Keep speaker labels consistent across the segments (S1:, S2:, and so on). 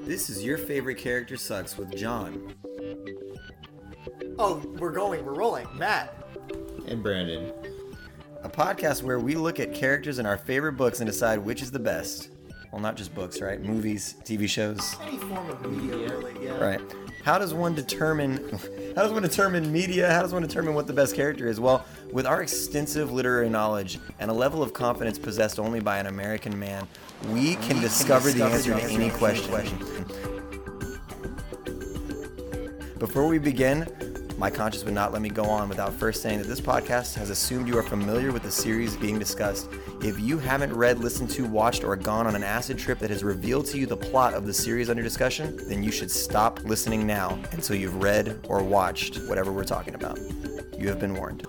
S1: This is Your Favorite Character Sucks with John
S2: Oh, we're going, we're rolling. Matt.
S3: and Brandon.
S1: a podcast where we look at characters in our favorite books and decide which is the best. Well, not just books, right? Movies, TV shows,
S2: Any form of media, really, yeah.
S1: right? How does one determine? How does one determine media? How does one determine what the best character is? Well, with our extensive literary knowledge and a level of confidence possessed only by an American man, we can discover the answer to any question. Before we begin, my conscience would not let me go on without first saying that this podcast has assumed you are familiar with the series being discussed. If you haven't read, listened to, watched, or gone on an acid trip that has revealed to you the plot of the series under discussion, then you should stop listening now until you've read or watched whatever we're talking about. You have been warned.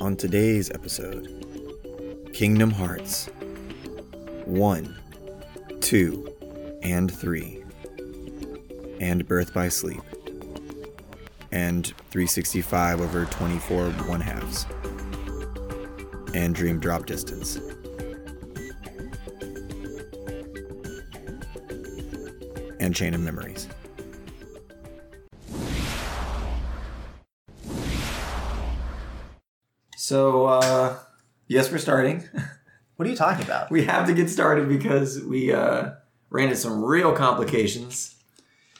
S1: On today's episode, Kingdom Hearts 1 two, and three, and Birth by Sleep, and 365 over 24 one halves, and Dream Drop Distance. And chain of memories. So, uh, yes, we're starting.
S2: What are you talking about?
S1: we have to get started because we uh, ran into some real complications.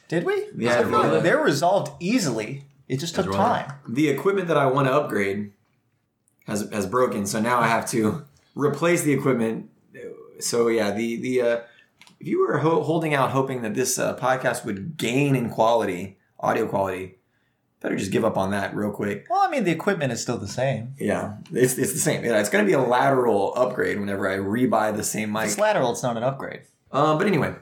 S2: Did we?
S1: Yeah,
S2: No,
S1: really.
S2: They're resolved easily. It just took
S3: right.
S2: time.
S1: The equipment that I want to upgrade has has broken, so now I have to replace the equipment. So yeah, the the uh, if you were ho- holding out hoping that this uh, podcast would gain in quality, audio quality, better just give up on that real quick.
S2: Well, I mean, the equipment is still the same.
S1: Yeah, it's it's the same. Yeah, it's going to be a lateral upgrade whenever I rebuy the same mic.
S2: It's lateral, it's not an upgrade.
S1: Uh, but anyway,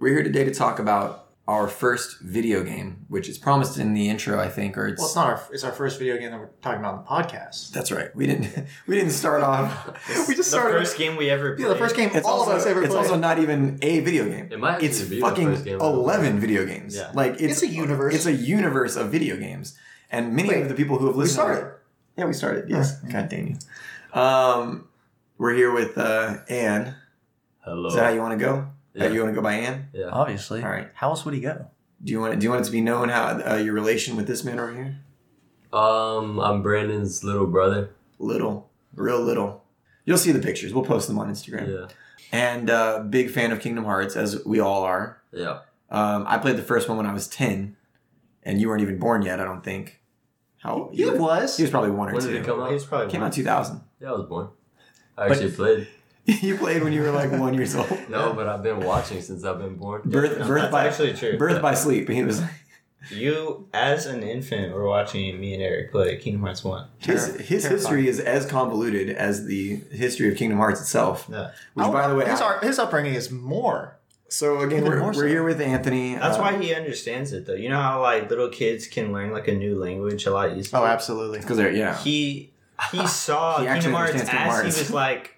S1: we're here today to talk about our first video game, which is promised in the intro, I think, or it's,
S2: Well, it's not our, it's our first video game that we're talking about on the podcast.
S1: That's right. We didn't. We didn't start off. we just
S3: the
S1: started.
S3: first game we ever played.
S2: Yeah, the first game
S1: it's
S2: all
S1: also,
S2: of us ever
S1: it's
S2: played.
S1: also not even a video game.
S3: It might actually
S1: it's
S3: be the
S1: fucking
S3: first game.
S1: eleven video games.
S3: Yeah.
S1: Like it's,
S2: It's a universe.
S1: It's a universe of video games, and many
S2: Wait,
S1: of the people who have listened.
S2: started.
S1: Yeah, we started. Yes. God damn you. Um, we're here with uh, Anne.
S3: Hello.
S1: Is that how you want to go?
S3: Yeah.
S1: Uh, you want to go by Anne?
S3: yeah.
S2: Obviously.
S1: All right.
S2: How else would he go?
S1: Do you want? Do you want it to be known how uh, your relation with this man over here?
S3: Um, I'm Brandon's little brother.
S1: Little, real little. You'll see the pictures. We'll post them on Instagram.
S3: Yeah.
S1: and uh, big fan of Kingdom Hearts, as we all are.
S3: Yeah.
S1: Um, I played the first one when I was ten, and you weren't even born yet, I don't think. How
S2: He
S1: you were-
S2: was.
S1: He was probably one or
S3: When
S1: two.
S3: did it come out?
S4: He's probably
S1: Came out two thousand.
S3: Yeah, I was born. I actually played.
S1: you played when you were like one years old.
S3: No, but I've been watching since I've been born.
S1: Birth, birth
S4: That's
S1: by
S4: actually true.
S1: birth by sleep. He was
S4: You, as an infant, were watching me and Eric play Kingdom Hearts One.
S1: his
S2: Terri-
S1: his history is as convoluted as the history of Kingdom Hearts itself.
S4: Yeah,
S1: Which,
S2: Oh,
S1: by the way,
S2: his,
S1: I-
S2: ar- his upbringing is more.
S1: so again,
S2: Even
S1: we're,
S2: more so.
S1: we're here with Anthony.
S4: that's
S1: Uh,
S4: why he understands it though. You know how like little kids can learn like a new language a lot easier.
S2: Oh, absolutely.
S1: because they're yeah.
S4: He he saw
S1: He actually
S4: Kingdom Hearts as
S1: understands Kingdom Hearts.
S4: he was like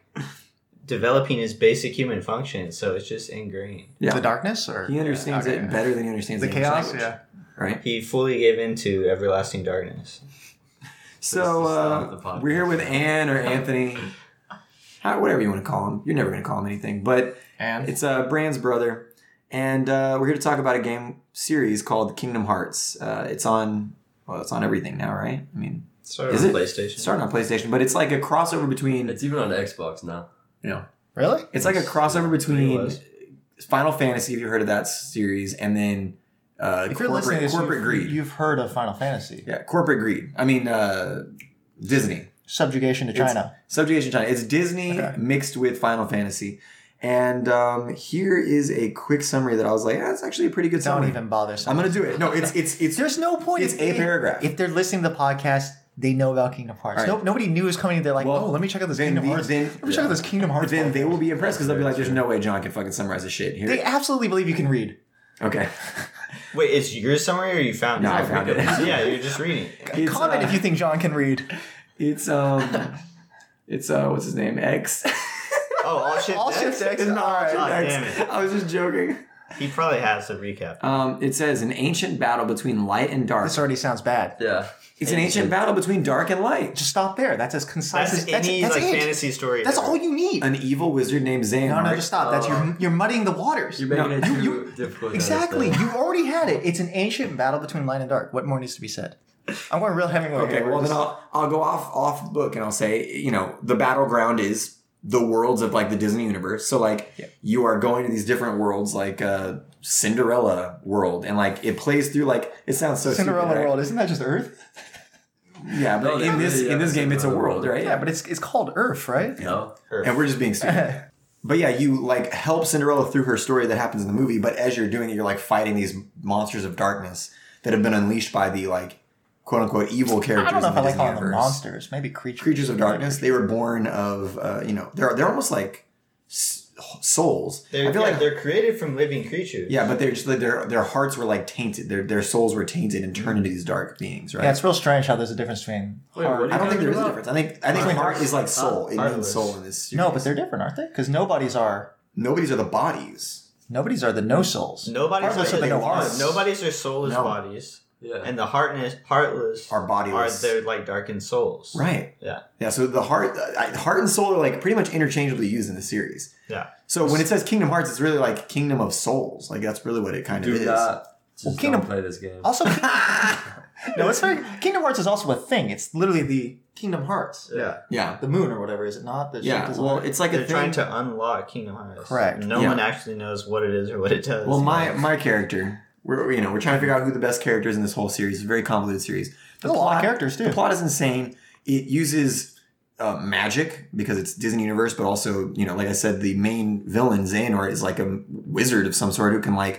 S4: developing his basic human functions, so it's just ingrained.
S1: yeah.
S2: The darkness? or
S1: he understands
S2: Yeah, okay.
S1: it better than he understands
S2: The
S1: English
S2: chaos?
S1: language,
S2: Yeah.
S1: Right.
S4: He fully gave in to everlasting darkness.
S1: So
S3: This is not the
S1: uh,
S3: podcast.
S1: we're here with Ann or Anthony, how, whatever you want to call him. You're never going to call him anything, but
S2: And
S1: it's uh, Brand's brother, and uh, we're here to talk about a game series called Kingdom Hearts. Uh, it's on well, it's on everything now, right? I mean,
S4: Started
S1: Is
S4: on
S1: it?
S4: PlayStation.
S1: it's starting on PlayStation, but it's like a crossover between
S3: It's even on Xbox now.
S1: you know,
S2: really?
S1: it's like a crossover
S4: It
S1: between
S4: was.
S1: Final Fantasy, if you heard of that series, and then uh,
S2: If you're
S1: corporate
S2: listening to this,
S1: corporate
S2: you've,
S1: greed.
S2: you've heard of Final Fantasy.
S1: yeah, corporate greed. I mean, uh, Disney.
S2: Subjugation to
S1: It's-
S2: China.
S1: Subjugation China. It's Disney
S2: Okay.
S1: mixed with Final Fantasy. And um, here is a quick summary that I was like, that's actually a pretty good
S2: Don't
S1: summary.
S2: even bother.
S1: I'm gonna do it. No, it's it's it's
S2: There's no point.
S1: It's
S2: if
S1: a
S2: they-
S1: paragraph.
S2: If they're listening to the podcast, they know about Kingdom Hearts.
S1: All right.
S2: No, nobody knew was coming. They're like,
S1: Well,
S2: oh, let me check out this
S1: then
S2: Kingdom
S1: the-
S2: Hearts.
S1: then-
S2: let me check out this Kingdom Hearts.
S1: then they
S2: podcast."
S1: will be impressed because they'll be like, there's no way John can fucking summarize this shit
S2: They
S1: here.
S2: absolutely believe you can read.
S1: Okay.
S4: Wait, it's your summary or you found
S1: No,
S4: it?
S1: I found it.
S4: yeah, you're just reading. it.
S1: It's,
S2: Comment
S1: uh,
S2: if you think John can read.
S1: It's um it's uh what's his name? X.
S4: Oh, all shit.
S2: All Shift X.
S1: It's not
S2: all right.
S4: God
S1: X.
S4: damn it.
S1: I was just joking.
S4: He probably has the recap.
S5: Um, it says an ancient battle between light and dark.
S2: This already sounds bad.
S3: Yeah.
S5: It's an ancient battle between dark and light.
S2: Just stop there. That's as concise
S4: That's,
S2: as
S4: any
S2: that's
S4: like
S2: it.
S4: fantasy story.
S2: That's
S4: ever.
S2: all you need.
S5: An evil wizard named
S2: No,
S5: Xehanort.
S2: no, just stop. That's you're you're muddying the waters.
S3: You're making
S5: No,
S3: it too
S2: you-
S3: difficult. to
S2: Exactly.
S3: understand.
S2: You already had it. It's an ancient battle between light and dark. What more needs to be said? I'm going real Hemingway.
S5: Okay,
S2: here. We're
S5: well then
S2: just-
S5: I'll I'll go off off book and I'll say you know the battleground is the worlds of like the Disney universe. So like you are going to these different worlds like uh, Cinderella world and like it plays through like it sounds so stupid,
S2: Cinderella
S5: right?
S2: World. Oh, Isn't that just Earth?
S5: Yeah, but
S3: No,
S5: in
S3: that-
S5: this
S3: yeah,
S5: in this game it's a
S3: Cinderella
S5: world,
S3: world.
S5: right?
S2: Yeah, but it's it's called Earth, right?
S3: No.
S5: and we're just being stupid. But yeah, you like help Cinderella through her story that happens in the movie. But as you're doing it, you're like fighting these monsters of darkness that have been unleashed by the like quote unquote evil characters.
S2: I don't know
S5: in
S2: if
S5: the
S2: I like
S5: Disney
S2: calling them
S5: universe.
S2: monsters. Maybe creatures.
S5: creatures of darkness. They were born of uh, you know they're they're almost like s- souls.
S4: They're,
S5: I feel
S4: yeah,
S5: like
S4: they're created from living creatures.
S5: yeah, but they're just like their their hearts were like tainted. Their their souls were tainted and turned
S4: Mm.
S5: into these dark beings, right?
S2: Yeah, it's real strange how there's a difference between.
S3: Wait, what are you
S5: I don't
S3: talking
S5: think there is a
S3: about?
S5: difference. I think I think
S3: Wait,
S5: heart is like soul.
S3: uh,
S5: It means
S3: heartless.
S5: soul in this.
S2: No, but
S5: series.
S2: they're different, aren't they? Because nobodies are
S5: nobody's are the bodies.
S2: nobodies are the no souls.
S4: Nobody's
S2: Heartless
S4: are,
S2: are the
S4: no,
S2: hearts.
S4: nobody's are soulless
S5: No.
S4: bodies,
S3: Yeah.
S4: and the heartless, heartless
S5: Are bodiless.
S4: Are their like darkened souls?
S5: Right.
S4: Yeah.
S5: Yeah. So the heart, uh, I- heart and soul are like pretty much interchangeably used in the series.
S4: Yeah.
S5: So when it says Kingdom Hearts, it's really like Kingdom of Souls. Like that's really what it kind of
S3: Do
S5: is.
S3: not. Just
S2: Well, Kingdom-
S3: don't play this game.
S2: Also, no, it's very, Kingdom Hearts is also a thing. It's literally the Kingdom Hearts,
S4: Yeah.
S5: Yeah.
S2: the moon or whatever, is it not? The
S5: Yeah.
S2: shape
S5: Well,
S2: design?
S5: it's like a
S4: They're
S5: thing.
S4: trying to unlock Kingdom Hearts.
S2: Correct.
S4: No
S5: Yeah.
S4: one actually knows what it is or what it does.
S5: Well, my my character, we're you know we're trying to figure out who the best character is in this whole series. It's a very convoluted series. The
S2: There's a lot of characters, too.
S5: The plot is insane. It uses uh, magic because it's Disney Universe, but also you know, like I said, the main villain Xehanort is like a wizard of some sort who can like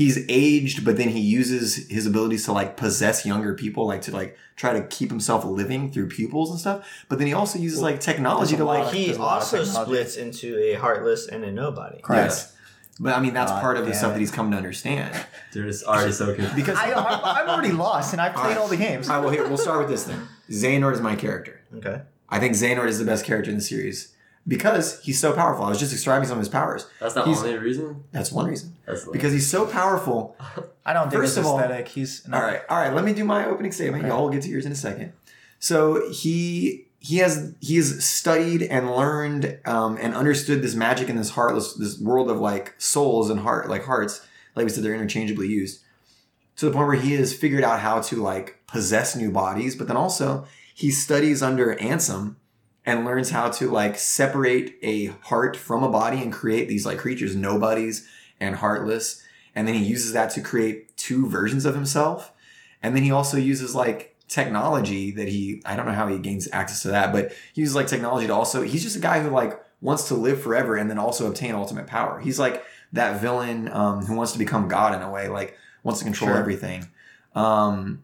S5: he's aged, but then he uses his abilities to like possess younger people, like to like try to keep himself living through pupils and stuff. But then he also uses like technology to like
S4: he
S2: There's a lot of
S4: also
S2: technology.
S4: splits into a heartless and a nobody.
S2: Correct.
S5: Yes. But I mean, that's
S2: God
S5: part of the
S2: damn
S5: stuff
S2: it.
S5: that he's come to understand.
S3: Dude, this art is so confusing.
S5: Because
S2: I, I'm, I'm already lost, and I played
S5: Alright.
S2: all the games.
S5: All right, well, here, we'll start with this then. Xehanort is my character.
S4: Okay.
S5: I think Xehanort is the best character in the series because he's so powerful. I was just describing some of his powers.
S3: That's the
S5: He's-
S3: only reason.
S5: That's one reason.
S3: That's like,
S5: Because he's so powerful.
S2: I don't think
S5: First
S2: it's
S5: of all-
S2: aesthetic. He's no.
S5: All right, all right. Let me do my opening statement. Y'all will get to yours in a second. So he he has he has studied and learned um, and understood this magic and this heartless this world of like souls and heart like hearts. Like we said, they're interchangeably used to the point where he has figured out how to like possess new bodies, but then also he studies under Ansem and learns how to like separate a heart from a body and create these like creatures, nobodies and heartless. And then he uses that to create two versions of himself. And then he also uses like technology that he, I don't know how he gains access to that, but he uses like technology to also, he's just a guy who like wants to live forever and then also obtain ultimate power. He's like that villain um, who wants to become God in a way, like wants to control
S2: Sure.
S5: everything. Um,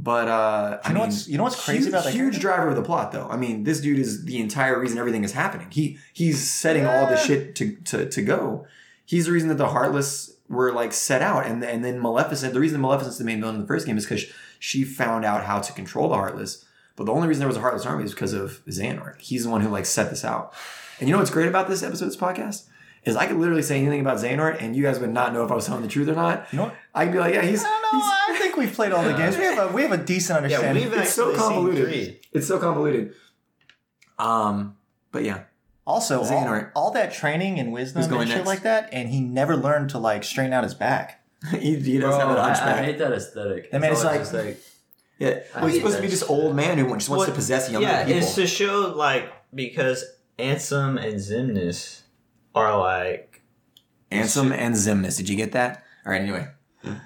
S5: but uh,
S2: You
S5: I
S2: know
S5: mean,
S2: what's you know what's crazy
S5: huge,
S2: about that?
S5: huge
S2: character?
S5: driver of the plot though i mean this dude is the entire reason everything is happening he he's setting all the
S2: Yeah.
S5: shit to, to to go he's the reason that the heartless were like set out and and then maleficent the reason maleficent's the main villain in the first game is because she found out how to control the heartless but the only reason there was a heartless army is because of xehanort he's the one who like set this out and you know what's great about this episode of this podcast is I could literally say anything about Xehanort and you guys would not know if I was telling the truth or not.
S2: You know what?
S5: I could be like, yeah, he's,
S2: I don't know.
S5: he's
S2: I think we've played all the games. We have a we have a decent
S4: Yeah,
S2: understanding.
S4: we've actually
S5: it's so
S4: seen
S5: convoluted.
S4: three.
S5: It's so convoluted. Um, but yeah,
S2: also, all,
S5: Xehanort.
S2: all that training and wisdom
S5: Who's going
S2: and shit
S5: next?
S2: like that, and he never learned to like straighten out his back.
S5: he, he does
S3: Bro,
S5: have an
S3: I,
S5: hunchback.
S3: I hate that aesthetic.
S2: That man is
S3: always just
S5: yeah,
S3: I
S5: well, he's
S3: hate
S5: supposed to be
S3: that
S5: this
S3: shit.
S5: old man who wants- just wants to
S4: Well,
S5: possess younger
S4: yeah,
S5: people.
S4: it's to show like because Ansem and Zimnis are like
S5: Ansem and Zemnis. Did you get that? All right. Anyway,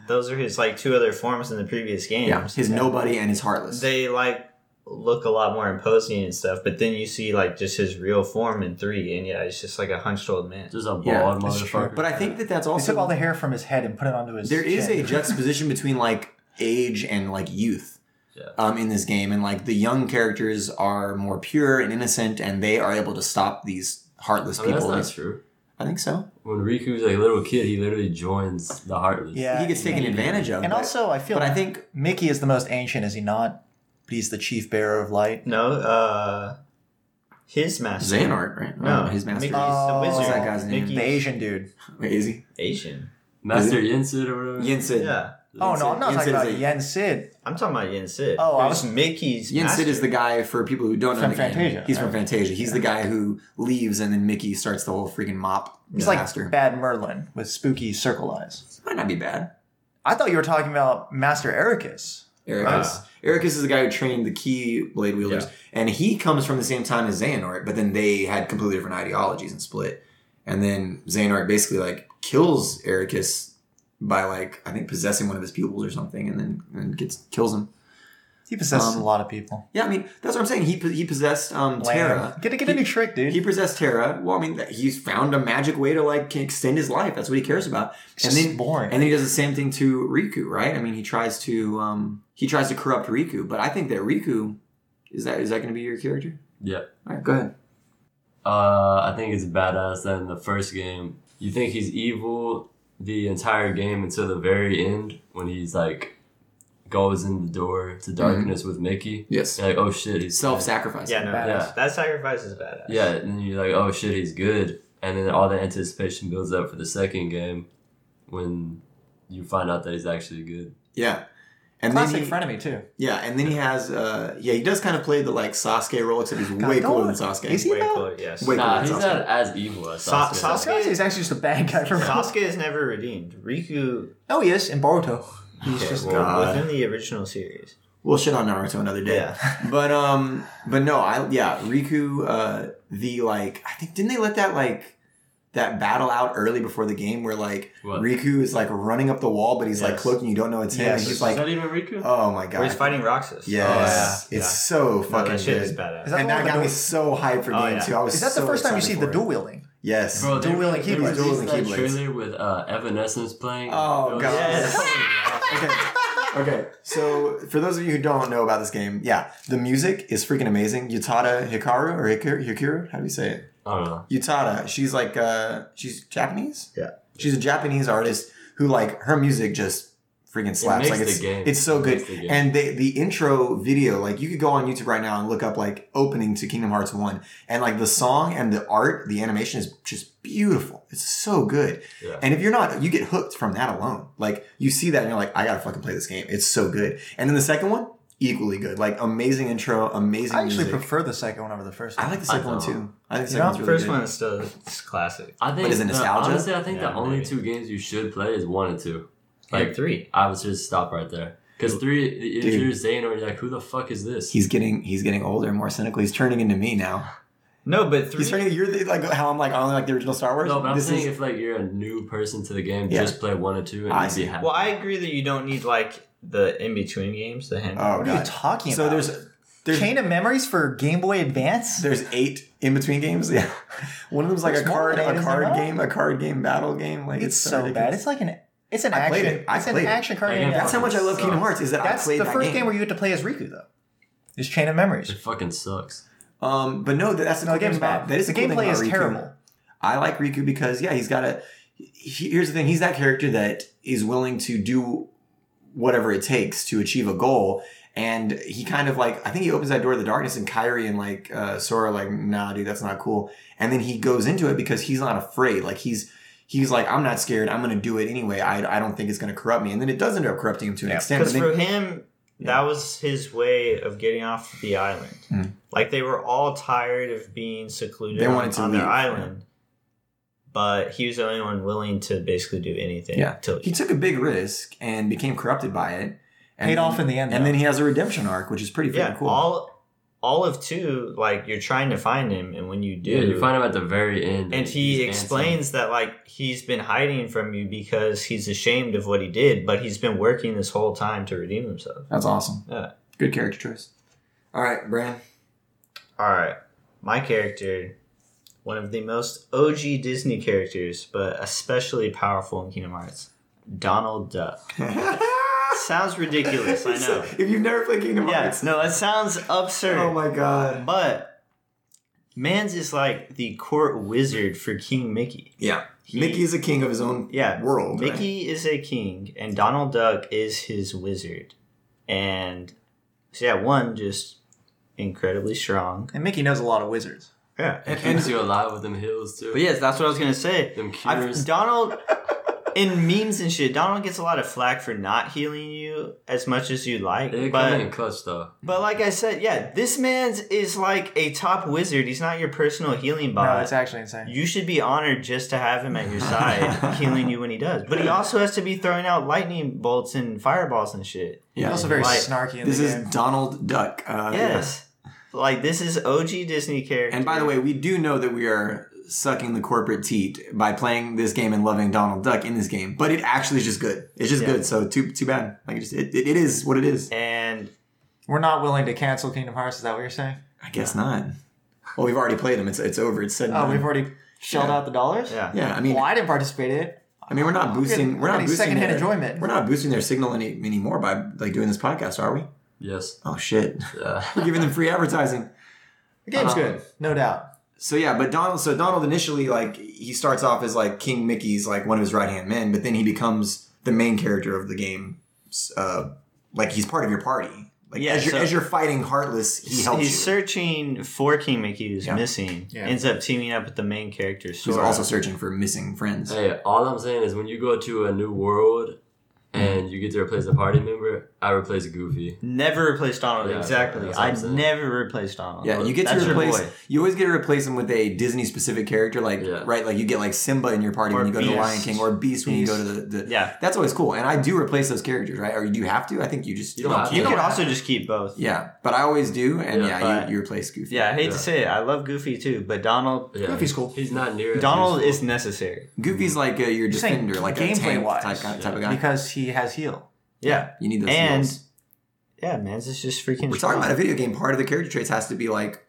S4: those are his like two other forms in the previous games.
S5: yeah, his nobody and his heartless.
S4: They like look a lot more imposing and stuff, but then you see like just his real form in three, and yeah, he's just like a hunched old man.
S3: just a bald
S5: Yeah,
S2: that's true.
S3: motherfucker.
S5: but I think that that's
S2: He
S5: also
S2: took all the hair from his head and put it onto his.
S5: there is a
S2: chin.
S5: juxtaposition between like age and like youth
S3: Yeah.
S5: um, in this game and like the young characters are more pure and innocent and they are able to stop these heartless
S3: Oh, that's
S5: people
S3: not true.
S5: i think so
S3: When Riku's like a little kid, he literally joins the Heartless.
S2: yeah.
S5: he gets taken
S2: and-
S5: advantage of
S2: And
S5: but-
S2: also, I feel
S5: but i think
S2: Mickey is the most ancient, is he not? But he's the chief bearer of light.
S4: No, uh, his master.
S5: Xanart, right?
S4: No,
S5: his master.
S4: Mickey's
S2: Oh.
S4: the wizard.
S2: What's that
S5: guy's name?
S4: Mickey's
S2: The Asian dude.
S5: Wait, is he?
S4: Asian.
S3: Master Yensid or whatever.
S5: Yensid.
S4: Yeah.
S2: Oh no, I'm not talking
S5: Yen Sid is
S2: about
S5: a-
S2: Yen Sid.
S4: I'm talking about Yen Sid.
S2: Oh, I
S4: Who's
S2: was-
S4: Mickey's.
S5: Yen Sid is the
S4: master.
S5: guy for people who don't know
S2: From
S5: the game,
S2: Fantasia,
S5: He's from
S2: right?
S5: Fantasia. He's the guy who leaves and then Mickey starts the whole freaking mop
S2: He's
S5: disaster.
S2: like Bad Merlin with spooky circle eyes.
S5: Might not be bad.
S2: I thought you were talking about Master Ericus.
S5: Ericus.
S4: Ah.
S5: Ericus is the guy who trained the key blade wielders, and he comes from the same time as Xehanort, but then they had completely different ideologies and split. And then Xehanort basically like kills Ericus by like I think possessing one of his pupils or something, and then and gets kills him.
S2: He possesses
S5: Um,
S2: a lot of people.
S5: Yeah, I mean that's what I'm saying. He po- he possessed um,
S2: Lamb.
S5: Terra.
S2: Get, get a new trick, dude.
S5: He possessed Terra. Well, I mean th- he's found a magic way to like extend his life. That's what he cares about.
S2: It's
S5: And
S2: just
S5: then
S2: boring.
S5: and then he does the same thing to Riku, right? I mean, he tries to um, he tries to corrupt Riku, but I think that Riku is that is that going to be your character?
S3: Yeah.
S5: All right, go ahead.
S3: Uh, I think it's badass that in the first game, you think he's evil the entire game until the very end when he's like goes in the door to darkness with Mickey.
S5: Mm-hmm. Yes,
S3: You're like, oh shit, he's
S5: self sacrifice.
S4: Yeah, no.
S3: Badass.
S4: That sacrifice is badass.
S3: Yeah, and then you're like, oh shit, he's good. And then all the anticipation builds up for the second game when you find out that he's actually good.
S5: yeah. And then
S2: Classic
S5: he,
S2: frenemy too.
S5: yeah, and then he has uh, yeah, he does kind of play the like Sasuke role, except he's way
S2: God,
S5: cooler than
S2: don't-
S5: Sasuke.
S2: is he
S4: Way
S2: though?
S4: cooler, yes.
S5: Wait.
S3: Nah,
S5: Wait,
S3: he's
S5: Sasuke.
S3: not as evil as
S4: Sa-
S2: This
S3: Sasuke.
S2: guy is actually just a bad guy for me.
S4: Sasuke is never redeemed. Riku
S2: Oh, he is in Boruto. He's
S4: okay,
S2: just
S4: well,
S5: God.
S4: within the original series.
S5: We'll shit on Naruto another day.
S4: Yeah.
S5: But um, but no, I yeah, Riku. Uh, the like, I think didn't they let that like that battle out early before the game where like
S3: What?
S5: Riku is like running up the wall, but he's like
S4: Yes.
S5: cloaked and you don't know it's him.
S2: Yes.
S5: And he's like,
S3: is that even Riku?
S5: oh my god,
S4: Where he's fighting Roxas.
S5: Yes,
S4: Oh, yeah.
S5: it's
S4: Yeah.
S5: so
S4: No,
S5: fucking
S4: that shit
S5: good.
S4: is badass.
S2: Is that
S5: and
S2: the one
S5: that
S2: with
S5: got
S2: the
S5: me
S2: dude-
S5: so hyped for game
S4: Oh, yeah.
S5: two. I was
S2: Is that the
S5: so
S2: first time you see
S5: excited
S2: the
S5: for
S2: dual
S5: it.
S2: wielding?
S5: Yes,
S3: Bro,
S2: Dual
S3: there,
S2: wielding
S3: there was
S5: keyblades.
S3: this, like,
S5: Keyblades.
S3: trailer with uh, Evanescence playing.
S5: Oh,
S3: It was-
S5: God.
S4: Yes.
S5: okay. Okay, so for those of you who don't know about this game, yeah, the music is freaking amazing. Yutada Hikaru or Hikaru, Hikaru how do you say it?
S3: I don't know.
S5: Yutada. She's like uh she's Japanese.
S4: Yeah.
S5: She's a Japanese artist who like her music just freaking slaps.
S3: makes
S5: like it's
S3: the game.
S5: it's so
S3: It
S5: good.
S3: makes the game.
S5: and they, the intro video, like you could go on YouTube right now and look up like opening to Kingdom Hearts One, and like the song and the art, the animation is just beautiful. It's so good.
S3: Yeah.
S5: And if you're not, you get hooked from that alone. Like you see that and you're like, I gotta fucking play this game. It's so good. And then the second one, equally good. Like amazing intro, amazing.
S2: I actually
S5: music.
S2: prefer the second one over the first one.
S5: I like the second one too. I think the
S2: You
S5: second
S2: know,
S5: one's
S4: The
S5: really
S4: first
S5: good.
S4: one is still it's classic.
S3: I think
S5: But is it
S3: the-
S5: nostalgia?
S3: honestly, I think
S4: Yeah,
S3: the only
S4: maybe.
S3: two games you should play is one and two.
S4: Like
S3: Like
S4: three.
S3: I would just stop right there because three, if
S5: Dude.
S3: you're Zane or you're like, who the fuck is this?
S5: He's getting he's getting older, and more cynical. He's turning into me now.
S4: No, but three.
S5: He's turning. You're the, like how I'm like only like the original Star Wars.
S3: no, but I'm
S5: This
S3: saying
S5: is-
S3: if like you're a new person to the game,
S5: Yeah.
S3: just play one and two and
S5: I
S3: you'd
S5: see.
S3: be happy.
S4: well, I agree that you don't need like the in between games, the hand.
S5: oh
S2: What are you
S5: god.
S2: talking
S5: So
S2: about?
S5: there's there's
S2: Chain of Memories for Game Boy Advance?
S5: there's eight in between games. Yeah, one of them's like
S2: There's
S5: a
S2: more
S5: card
S2: than eight,
S5: a
S2: isn't
S5: card
S2: there?
S5: game, a card game battle game. Like
S2: It's,
S5: it's,
S2: so bad.
S5: ridiculous.
S2: It's like an it's an
S5: I
S2: action.
S5: played it. I
S2: it's an
S5: played it.
S2: action card
S3: That
S2: game.
S3: game
S5: That's how much I love
S3: Sucks.
S5: Kingdom Hearts. Is that I
S2: That's
S5: played
S2: the
S5: that
S2: first
S5: game.
S2: game. where you get to play as Riku though. Is Chain of Memories.
S3: it fucking sucks.
S5: um, but no, that's the
S2: No,
S5: cool
S2: the
S5: thing
S2: game's
S5: about-
S2: bad.
S5: That is
S2: the
S5: cool thing
S2: gameplay
S5: about
S2: is
S5: Riku.
S2: terrible.
S5: I like Riku because yeah, he's got a. he- here's the thing: he's that character that is willing to do whatever it takes to achieve a goal, and he kind of like I think he opens that door to the darkness, and Kyrie and like uh, Sora are like, nah, dude, that's not cool. And then he goes into it because he's not afraid. Like he's he's like, I'm not scared. I'm gonna do it anyway. I I don't think it's gonna corrupt me. And then it does end up corrupting him to an
S2: Yeah,
S5: extent.
S4: Because
S5: But then,
S4: for him, that was his way of getting off the island.
S5: Mm.
S4: Like they were all tired of being secluded
S5: They
S4: on,
S5: wanted to
S4: on
S5: leave,
S4: their island, but he was the only one willing to basically do anything.
S5: Yeah.
S4: to
S5: he took a big risk and became corrupted by it. And
S2: Paid off in the end.
S5: And
S2: though.
S5: then he has a redemption arc, which is pretty freaking
S4: yeah,
S5: cool.
S4: all all of two. Like you're trying to find him, and when you do,
S3: Yeah, you find him at the very end,
S4: and he
S3: he's handsome.
S4: explains that like he's been hiding from you because he's ashamed of what he did, but he's been working this whole time to redeem himself.
S5: That's awesome.
S4: Yeah.
S5: Good character choice. All right, Bran.
S4: All right, my character, one of the most OG Disney characters, but especially powerful in Kingdom Hearts, Donald Duck. sounds ridiculous, I know.
S5: if you've never played Kingdom
S4: Yeah,
S5: Hearts,
S4: no, that sounds absurd.
S5: oh my god.
S4: But Mans is like the court wizard for King Mickey.
S5: Yeah,
S4: He-
S5: Mickey's a king of his own
S4: yeah,
S5: world. right?
S4: Mickey is a king, and Donald Duck is his wizard. And so yeah, one just incredibly strong.
S2: and Mickey knows a lot of wizards.
S4: Yeah.
S3: It keeps you alive with them hills too.
S4: But yes, that's what I was gonna say.
S3: Them
S4: I've-
S3: cures.
S4: Donald in memes and shit, Donald gets a lot of flack for not healing you as much as you like.
S3: They come in
S4: But
S3: clutch though.
S4: but like I said, yeah, this man's is like a top wizard. He's not your personal healing
S2: No,
S5: Uh,
S4: bot.
S2: it's actually insane.
S4: you should be honored just to have him at your side, healing you when he does. But he also has to be throwing out lightning bolts and fireballs and shit.
S5: Yeah.
S2: Also very
S4: Like,
S2: snarky in
S5: this
S2: the
S5: is
S2: game.
S5: Donald Duck. Uh,
S4: Yes. Like this is OG Disney character.
S5: And by the way, we do know that we are sucking the corporate teat by playing this game and loving Donald Duck in this game, but it actually is just good. It's just
S4: Yeah.
S5: good. So too too bad. Like it just it, it, it is what it is.
S4: and
S2: We're not willing to cancel Kingdom Hearts. Is that what you're saying?
S5: I guess not. Well, we've already played them. It's it's over. It's said. and
S2: Oh,
S5: done.
S2: we've already shelled
S5: Yeah.
S2: out the dollars.
S4: yeah.
S5: Yeah, I mean,
S2: Well, I didn't participate in it.
S5: I mean, we're not boosting. We're not
S2: Any
S5: boosting
S2: secondhand
S5: their,
S2: enjoyment.
S5: We're not boosting their signal any anymore by like doing this podcast, are we?
S3: Yes.
S5: Oh shit,
S3: Yeah.
S5: we're giving them free advertising.
S2: The game's
S5: Um,
S2: good, no doubt.
S5: So yeah, but Donald. So Donald initially like he starts off as like King Mickey's like one of his right hand men, but then he becomes the main character of the game. S- Uh, like he's part of your party. Like
S4: Yeah,
S5: as you're
S4: so-
S5: as you're fighting Heartless, he helps
S4: he's
S5: you.
S4: searching for King Mickey who's
S5: Yeah.
S4: missing.
S2: Yeah.
S4: Ends up teaming up with the main character
S5: He's
S4: Sora.
S5: also searching for missing friends.
S3: Hey, all I'm saying is when you go to a new world and you get to replace a party member, I replace Goofy.
S4: never replaced Donald.
S3: Yeah,
S4: exactly.
S3: that's what I'm
S4: I
S3: saying.
S4: never replaced Donald.
S5: Yeah, you get
S4: That's
S5: to
S4: your
S5: replace.
S4: boy.
S5: You always get to replace them with a Disney specific character, like
S3: Yeah.
S5: right, like you get like Simba in your party
S4: Or
S5: when you go to the Lion
S4: Beast.
S5: King, or Beast when you go to the, the.
S4: Yeah.
S5: that's always cool. And I do replace those characters, right? Or do you have to? I think you just
S3: You don't have to.
S4: You
S3: don't
S4: could also just keep both. Yeah,
S5: Yeah, but I always do, and
S3: Yeah,
S5: yeah,
S4: but-
S5: you, you replace Goofy.
S4: I hate
S3: Yeah.
S4: to say it, I love Goofy too, but Donald
S3: Yeah.
S2: Goofy's cool.
S3: He's not near. as
S4: Donald is
S3: useful.
S4: necessary.
S5: Goofy's like uh your
S2: saying
S5: defender, like a
S2: gameplay
S5: tank
S2: wise.
S5: type, guy, type of guy.
S2: Because he has heal.
S4: Yeah.
S5: You need those.
S4: And-
S5: skills.
S4: Yeah, man, this is just freaking
S5: we're talking
S4: strong.
S5: about a video game. Part of the character traits has to be like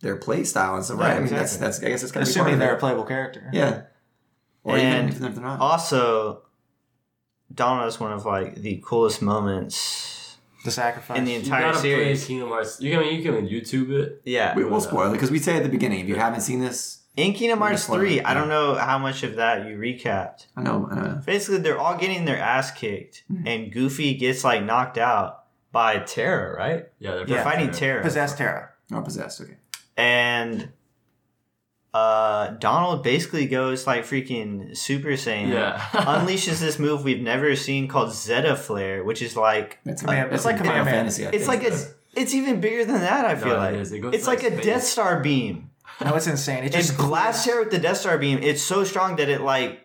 S5: their play style and stuff,
S2: Yeah,
S5: right? I mean, that's
S2: exactly.
S5: that's I guess that's gotta be
S2: Assuming
S5: part
S2: they're
S5: of
S2: a
S5: it.
S2: playable character.
S5: Yeah, or
S4: And
S5: even if they're not.
S4: Also, Donald is one of like the coolest moments
S2: The sacrifice.
S4: in the
S3: You
S4: entire
S3: gotta play
S4: series.
S3: Kingdom Hearts. You can you can YouTube it.
S4: Yeah.
S5: we will spoil it because we say at the beginning if you haven't seen this,
S4: In Kingdom Hearts
S5: Just one,
S4: 3,
S5: yeah.
S4: I don't know how much of that you recapped.
S5: I know. Uh,
S4: Basically, they're all getting their ass kicked, and Goofy gets like knocked out by Terra, right?
S3: Yeah, they're
S4: They're
S2: Yeah.
S4: fighting Terra.
S2: Possessed Terra.
S5: not possessed. Okay.
S4: And uh, Donald basically goes like freaking Super Saiyan.
S3: Yeah.
S4: unleashes this move we've never seen called Zeta Flare, which is like
S5: That's
S2: Command-
S5: that's
S2: it's like
S5: Final
S2: Command Man.
S5: Fantasy. I
S4: it's
S5: think.
S4: like a it's even bigger than that. I feel
S3: it
S4: like
S3: is. It goes
S4: it's
S3: to,
S4: like,
S3: like,
S4: a
S3: space.
S4: Death Star beam.
S2: No, it's insane. It just
S4: and blasts Terra with the Death Star beam. It's so strong that it like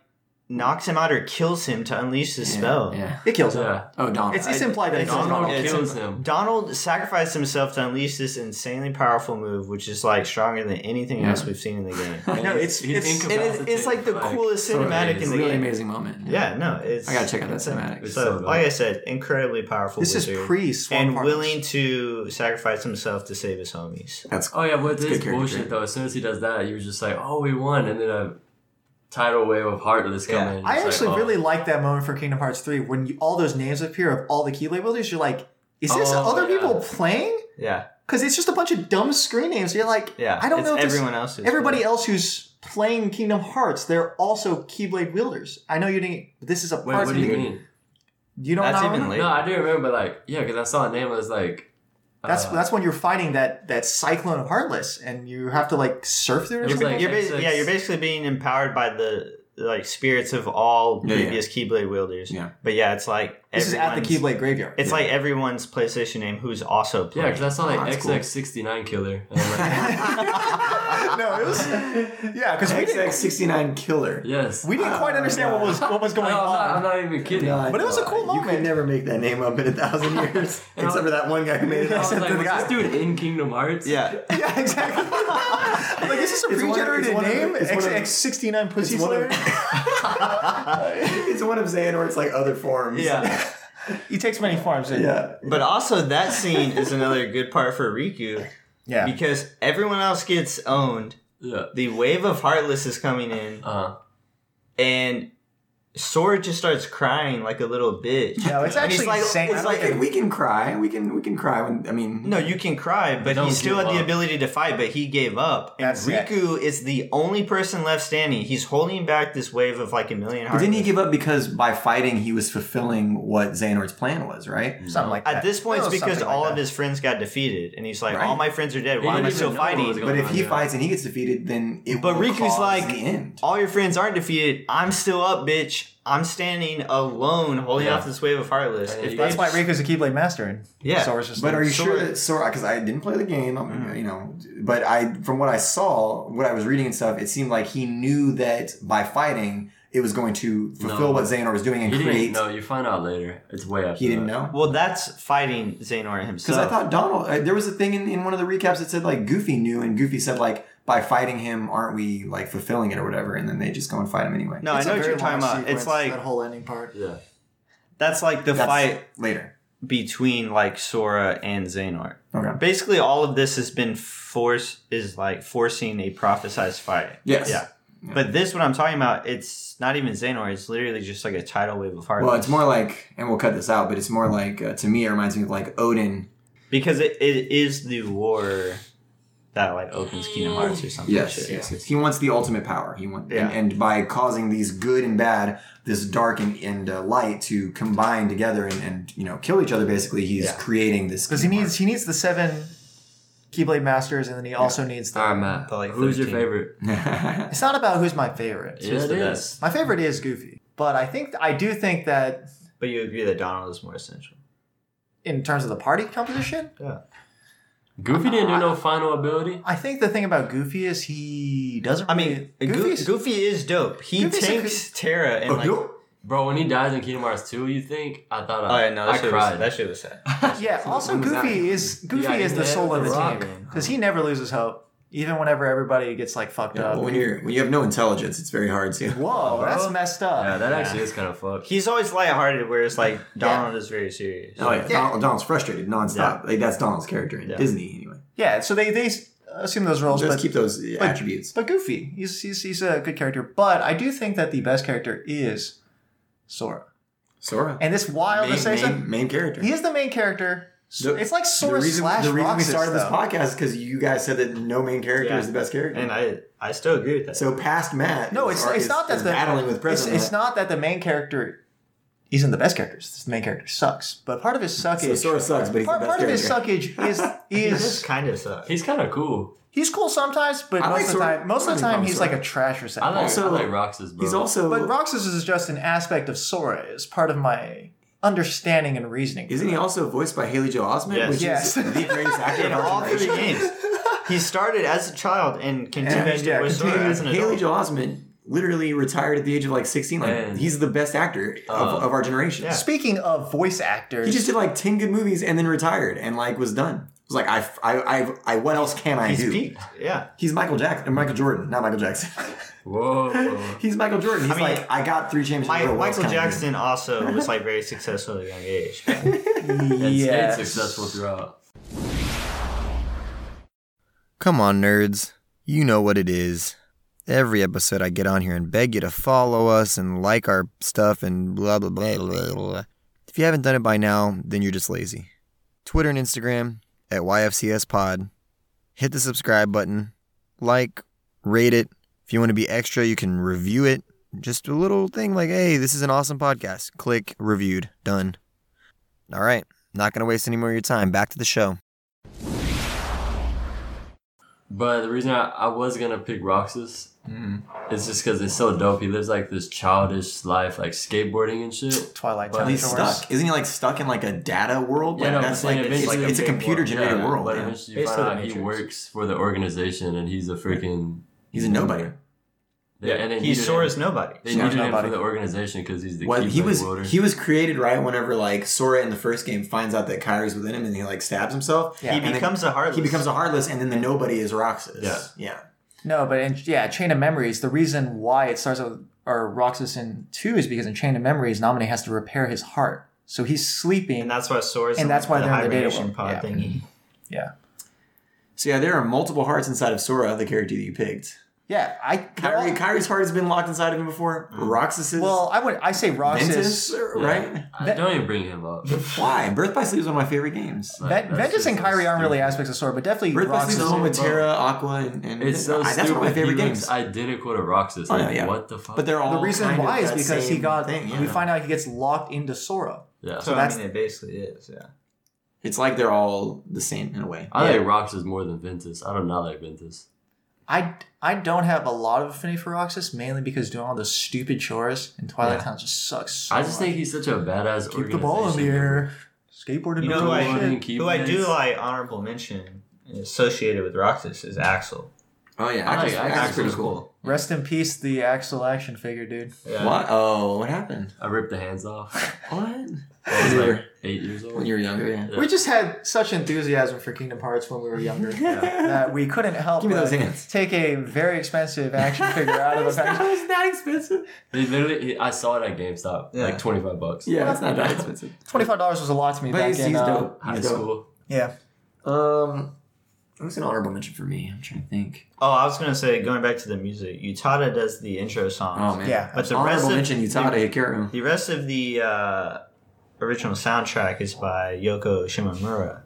S4: knocks him out or kills him to unleash the spell.
S5: Yeah.
S2: It kills him.
S3: Yeah.
S5: Oh, Donald.
S2: It's, it's implied that it kills
S3: Donald
S2: him.
S3: kills him.
S4: Donald sacrificed himself to unleash this insanely powerful move, which is like stronger than anything
S5: Yeah.
S4: else we've seen in the game.
S2: No, it's,
S3: He's
S2: it's
S4: and it's, it's like the
S3: Like,
S4: coolest
S3: so
S4: cinematic in
S3: amazing.
S4: the
S5: really
S4: game.
S5: amazing moment.
S4: Yeah, no, it's
S5: I gotta check out that cinematic.
S3: It's
S4: So,
S3: so
S4: like I said, incredibly powerful.
S2: this is
S4: wizard.
S2: pre Swarm
S4: and
S2: Hearts.
S4: willing to sacrifice himself to save his homies.
S5: That's
S3: Oh yeah, but
S5: good
S3: this
S5: character
S3: bullshit
S5: trait.
S3: though. As soon as he does that, you're just like, oh, we won, and then a tidal wave of heartless come
S4: Yeah.
S3: in.
S2: I
S3: It's like,
S2: actually
S3: oh.
S2: really like that moment for Kingdom Hearts 3 when you, all those names appear of all the key labels. You're like, is this
S3: Oh,
S2: other
S3: yeah.
S2: people playing?
S4: Yeah,
S2: Because it's just a bunch of dumb screen names. You're like,
S4: yeah.
S2: I don't
S4: it's
S2: know if this-
S4: everyone else. Is
S2: Everybody else who's playing Kingdom Hearts, they're also Keyblade wielders. I know you didn't. But this is a
S3: Wait,
S2: part
S3: what
S2: of
S3: do
S2: the
S3: you
S2: game.
S3: mean?
S2: You don't
S4: That's
S2: know.
S4: even later.
S3: No, I do remember like yeah, because I saw a name. I was like,
S2: That's
S3: uh,
S2: that's when you're fighting that that cyclone of Heartless, and you have to like surf through. It or
S3: It was
S2: something.
S3: like-
S4: You're
S3: It's
S4: basi- yeah,
S3: like-
S4: you're basically being empowered by the like spirits of all
S5: Yeah, yeah.
S4: previous Keyblade wielders.
S5: Yeah.
S4: But yeah, it's like
S2: this is at the
S4: everyone's-
S2: Keyblade graveyard.
S4: It's like everyone's PlayStation name who's also
S3: yeah,
S4: playing.
S3: because I saw like
S5: Oh, that's cool.
S3: XX69 killer. And I'm like,
S2: no, it was yeah, because we didn't
S5: XX69 killer.
S3: yes.
S2: we didn't quite understand what was what was
S3: No,
S2: going
S3: I'm,
S2: on.
S3: not, I'm not even kidding.
S5: God.
S2: But it was a cool
S5: You could
S2: moment.
S5: never make that name up in a thousand years, except for that one guy who made it.
S3: I was
S5: up.
S3: like, was this dude in Kingdom Hearts?
S4: yeah.
S2: yeah, exactly. I'm like, is this a
S5: It's one of-
S2: regenerated
S5: it's one of-
S2: name?
S5: it's one of-
S2: XX69 Pussy
S5: it's one
S2: Slayer.
S5: of- it's one of Xehanort's like other forms.
S4: Yeah.
S2: he takes many forms. doesn't he?
S5: yeah.
S4: But also that scene is another good part for Riku
S2: yeah.
S4: because everyone else gets owned.
S3: Yeah.
S4: The wave of Heartless is coming in.
S3: Uh,
S4: and Sora just starts crying like a little bitch.
S2: No, it's
S4: And
S2: actually
S4: he's like,
S2: insane. I
S4: It's
S2: don't
S4: like,
S5: And we can cry. We can. We can cry. When I mean,
S4: no, you can cry, but he
S3: Don't
S4: still
S3: give
S4: had the
S3: up.
S4: ability to fight, but he gave up. And
S2: That's it.
S4: Riku is the only person left standing. He's holding back this wave of like a million
S5: But
S4: hearts.
S5: didn't he give up because by fighting he was fulfilling what Xehanort's plan was, right?
S3: Mm.
S2: Something like that.
S4: At this
S2: It
S4: point, it's
S2: was
S4: because
S2: something
S4: all
S2: like
S4: of
S2: that.
S4: his friends got defeated, and he's like,
S5: Right.
S4: "All my friends are dead. Why
S3: He
S4: am I
S3: didn't
S4: still
S3: even know what was
S4: fighting?"
S3: going
S5: But if
S3: on,
S5: he
S3: yeah.
S5: fights and he gets defeated, then it
S4: But
S5: will
S4: Riku's
S5: cause
S4: like,
S5: the end.
S4: All your friends aren't defeated. I'm still up, bitch. which I'm standing alone holding
S3: Yeah.
S4: off this wave of Heartless.
S3: Yeah,
S4: If
S2: That's
S4: they-
S2: why Riku's a Keyblade Master. And
S4: Yeah.
S2: Sora's just
S5: But
S2: like,
S5: are you sure
S2: "Sora."
S5: that Sora? Because I didn't play the game, I'm,
S3: Mm.
S5: you know. But I, from what I saw, what I was reading and stuff, it seemed like he knew that by fighting, it was going to fulfill
S3: No.
S5: what Xehanort was doing and
S3: You
S5: create.
S3: didn't know. You find out later. It's way after.
S5: He didn't
S3: that.
S5: know.
S4: Well, that's fighting Xehanort
S5: Because
S4: himself.
S5: I thought Donald, uh, there was a thing in, in one of the recaps that said like Goofy knew, and Goofy said like by fighting him, aren't we like fulfilling it or whatever? And then they just go and fight him anyway.
S4: no, I
S2: It's a
S4: know what
S2: very
S4: you're talking
S2: long
S4: about.
S2: sequence,
S4: it's like
S2: that whole ending part.
S3: Yeah.
S4: that's like the
S5: That's
S4: fight
S5: later.
S4: between like Sora and Xehanort.
S5: Okay.
S4: Basically, all of this has been force is like forcing a prophesized fight.
S5: Yes.
S4: Yeah. But this, what I'm talking about, it's not even Xehanort. It's literally just like a tidal wave of Heartless.
S5: Well, it's more like, and we'll cut this out, but it's more like uh, to me, it reminds me of like Odin.
S4: because it, it is the war that like opens Kingdom Hearts or something.
S5: Yes,
S4: shit.
S5: yes, yes. He wants the ultimate power. He wants,
S4: Yeah.
S5: and, and by causing these good and bad, this dark and, and uh, light to combine together and, and you know kill each other. Basically, he's
S4: Yeah.
S5: creating this
S2: Because he
S5: Kingdom
S2: needs he needs the seven Keyblade Masters, and then he also needs the.
S3: All right, Matt.
S4: The, like,
S3: who's your
S4: 13.
S3: favorite?
S5: Hearts.
S2: It's not about who's my favorite.
S3: Yeah,
S4: the
S3: it
S4: best.
S3: is.
S2: My favorite is Goofy, but I think I do think that
S4: But you agree that Donald is more essential.
S2: in terms of the party composition,
S3: Goofy didn't do no final ability.
S2: I think the thing about Goofy is he doesn't.
S4: I mean,
S2: really-
S4: Goofy,
S2: Goofy's-
S4: Goofy is dope. He
S2: Goofy's a
S4: tanks Terra and like.
S5: Yo.
S3: Bro, when he dies in Kingdom Hearts 2, you think? I thought
S4: Oh
S3: I,
S4: yeah, no, that
S3: I
S4: shit
S3: cried.
S4: was that shit was sad.
S2: yeah. Also,
S5: when was that?
S2: Goofy is Goofy
S3: Yeah,
S2: is
S3: he
S2: the
S3: hit
S2: soul of
S3: the
S2: the
S3: rock.
S2: team because he never loses hope, even whenever everybody gets like fucked
S5: Yeah,
S2: up.
S5: well, when you're when you have no intelligence, it's very hard to.
S2: Whoa, that's messed up.
S3: yeah, that actually is kind of fucked.
S4: He's always lighthearted, whereas like Donald is very serious.
S5: Oh yeah, Donald, Donald's frustrated nonstop.
S4: Yeah.
S5: Like that's Donald's character in
S4: Yeah.
S5: Disney anyway.
S2: Yeah, so they they assume those roles,
S5: Just
S2: but
S5: keep those uh,
S2: but-
S5: attributes.
S2: but Goofy, he's, he's he's a good character. But I do think that the best character is Sora,
S5: Sora,
S2: and this wild to
S5: main,
S2: say so-
S5: main, main character.
S2: he is the main character. So
S5: The-
S2: it's like
S5: the
S2: Sora
S5: reason,
S2: slash
S5: the reason we
S2: Roxas,
S5: started this
S2: though.
S5: podcast is because you guys said that no main character
S4: Yeah.
S5: is the best character.
S4: And I I still agree with that.
S5: so past Matt,
S2: No,
S5: is-
S2: it's, it's
S5: is-
S2: not that
S5: is
S2: the
S5: battling with
S2: it's,
S5: president.
S2: it's not that the main character isn't the best character. It's The main character sucks, but part of his
S5: So
S2: suckage,
S5: Sora sucks, but he's
S2: part,
S5: the
S2: part
S5: best
S2: of his
S5: character.
S2: suckage is
S4: he just
S2: is
S4: kind of sucks.
S3: He's kind of cool.
S2: he's cool sometimes, but
S5: I
S2: most
S5: like
S2: of the
S5: Sora.
S2: time, most of the
S5: I like
S2: time he's
S5: Sora.
S2: like a trash
S3: I
S2: receptacle.
S3: like,
S5: Also-
S3: I like Roxas, bro.
S5: He's also,
S2: But Roxas is just an aspect of Sora. Is part of my understanding and reasoning.
S5: isn't he also voiced by Haley Joel Osment,
S4: Yes.
S5: which
S2: Yes.
S5: is the greatest actor
S4: in
S5: of
S4: all
S5: our
S4: three
S5: generation?
S4: games. He started as a child and
S5: And
S4: continued
S2: yeah,
S4: with Sora
S2: continued
S4: as an
S5: Haley
S4: adult.
S5: Joel Osment literally retired at the age of like sixteen. Like
S3: Man.
S5: he's the best actor of,
S3: Uh,
S5: of our generation.
S4: yeah.
S2: Speaking of voice
S5: He
S2: actors,
S5: just did like ten good movies and then retired and like was done. It was like I, I, I, I what else can I
S4: He's
S5: do?
S4: peaked. Yeah.
S5: He's Michael Jackson, uh, Michael Jordan, not Michael Jackson.
S3: Whoa.
S5: he's Michael Jordan. He's
S4: I mean,
S5: like I got three championships. in a
S4: Mi-
S5: row, what else
S4: Michael
S5: can I do?
S4: Jackson also was like very successful at a young age.
S3: And
S2: Yes.
S3: stayed successful throughout.
S1: Come on, nerds. You know what it is. Every episode, I get on here and beg you to follow us and like our stuff and blah, blah, blah, blah, blah. If you haven't done it by now, then you're just lazy. Twitter and Instagram at YFCS Pod. Hit the subscribe button, like, rate it. If you want to be extra, you can review it. Just a little thing like, hey, this is an awesome podcast. Click reviewed. Done. All right. Not going to waste any more of your time. Back to the show.
S3: But the reason I, I was going to pick Roxas
S5: Mm-hmm.
S3: is just because it's so dope. He lives like this childish life, like skateboarding and shit.
S2: Twilight
S3: But
S2: Town
S5: He's
S3: he's
S2: Shores.
S5: stuck. Isn't he like stuck in like a data world? Like,
S3: no,
S5: that's
S3: but then
S5: like it's,
S3: eventually-
S5: like, it's a computer generated
S3: yeah,
S5: world.
S3: But
S5: yeah.
S3: eventually you
S2: It's
S3: find
S2: still the
S3: out he
S2: Matrix.
S3: works for the organization and he's a freaking.
S5: He's a nobody.
S4: Yeah.
S3: and then he
S4: He's
S3: did
S4: Sora's
S3: it-
S4: nobody.
S3: They needed him for
S2: nobody.
S3: the organization because he's the
S5: What
S3: key
S5: he was
S3: builder.
S5: he was created right whenever like Sora in the first game finds out that Kyrie's within him and he like stabs himself.
S2: Yeah.
S4: He
S5: And then
S4: becomes a heartless.
S5: he becomes a heartless and then the nobody is Roxas.
S3: Yeah.
S5: Yeah.
S2: No, but in, yeah, Chain of Memories. The reason why it starts with or Roxas in two is because in Chain of Memories, Nominee has to repair his heart, so he's sleeping.
S4: and that's why Sora's
S2: And
S4: in
S2: that's why
S4: the
S2: they're in the data
S4: hibernation
S2: world.
S4: pod
S2: Yeah.
S4: thingy.
S2: yeah,
S5: So yeah, there are multiple hearts inside of Sora, the character that you picked.
S2: yeah. I they're
S5: Kyrie,
S2: all-
S5: Kyrie's heart has been locked inside of him before. Mm. Roxas's
S2: well, I would I say
S5: Ventus,
S2: Roxas.
S3: Yeah.
S5: right?
S3: I-
S2: That-
S3: don't even bring him up.
S5: Why? Birth by Sleep is one of my favorite games.
S2: Ven-
S3: Like, that's
S2: Ventus
S3: just
S2: and
S3: so
S2: Kyrie aren't really
S3: stupid.
S2: aspects of Sword, but definitely
S5: Birth by Sleep is the one
S2: Roxas.
S5: with Terra, Aqua, and, and
S3: It's so
S5: I-
S3: stupid.
S5: that's one of my favorite
S3: he looks
S5: games.
S3: identical to Roxas.
S5: Oh,
S3: Like,
S5: yeah, yeah.
S3: What the fuck?
S5: but they're all
S2: The reason
S5: kind of
S2: why is
S5: that
S2: because he
S5: same
S2: got.
S5: thing,
S2: We
S5: yeah.
S2: find out he gets locked into Sora.
S3: yeah.
S4: So,
S2: that's-
S4: I mean, it basically is. Yeah.
S5: It's like they're all the same in a way.
S3: I like Roxas more than Ventus. I do not like Ventus.
S2: I I don't have a lot of affinity for Roxas mainly because doing all those stupid chores in Twilight Town just sucks. So
S3: I
S2: much.
S3: just think he's such a badass.
S2: keep the ball in the
S3: organization.
S2: air, skateboard in
S4: You
S2: the
S4: know
S2: middle.
S4: who I,
S2: of the
S3: Jordan
S2: shit.
S4: who I do
S3: Keepmans.
S4: like honorable mention associated with Roxas is Axel.
S5: Oh yeah,
S3: I like
S5: Axel's-
S3: Axel's
S5: Axel's pretty
S3: cool.
S5: cool.
S2: Rest in peace, the Axel action figure, dude.
S4: Yeah.
S5: What? Oh, what happened?
S3: I ripped the hands off.
S5: What?
S3: I was
S5: When you
S3: like
S5: were-
S3: eight years old.
S5: When you were younger, yeah.
S3: Yeah.
S2: We just had such enthusiasm for Kingdom Hearts when we were younger that we couldn't help
S5: Give me
S2: but
S5: those hands.
S2: take a very expensive action figure out of a package.
S5: it's not expensive.
S3: They literally, he- I saw it at GameStop,
S4: Yeah.
S3: like twenty five bucks.
S5: Yeah, it's not that expensive.
S2: Twenty five dollars was a lot to me
S5: But
S2: back
S5: he's,
S2: in
S5: he's
S2: uh,
S5: dope.
S3: High
S5: He's dope.
S3: school.
S2: Yeah,
S5: Um, what's an honorable mention for me? I'm trying to think.
S4: Oh, I was gonna say going back to the music, Utada does the intro songs.
S5: Oh man,
S2: Yeah.
S4: But the
S5: honorable
S4: rest of-
S5: mention Utada Hikaru.
S4: The rest of the uh, original soundtrack is by Yoko Shimomura.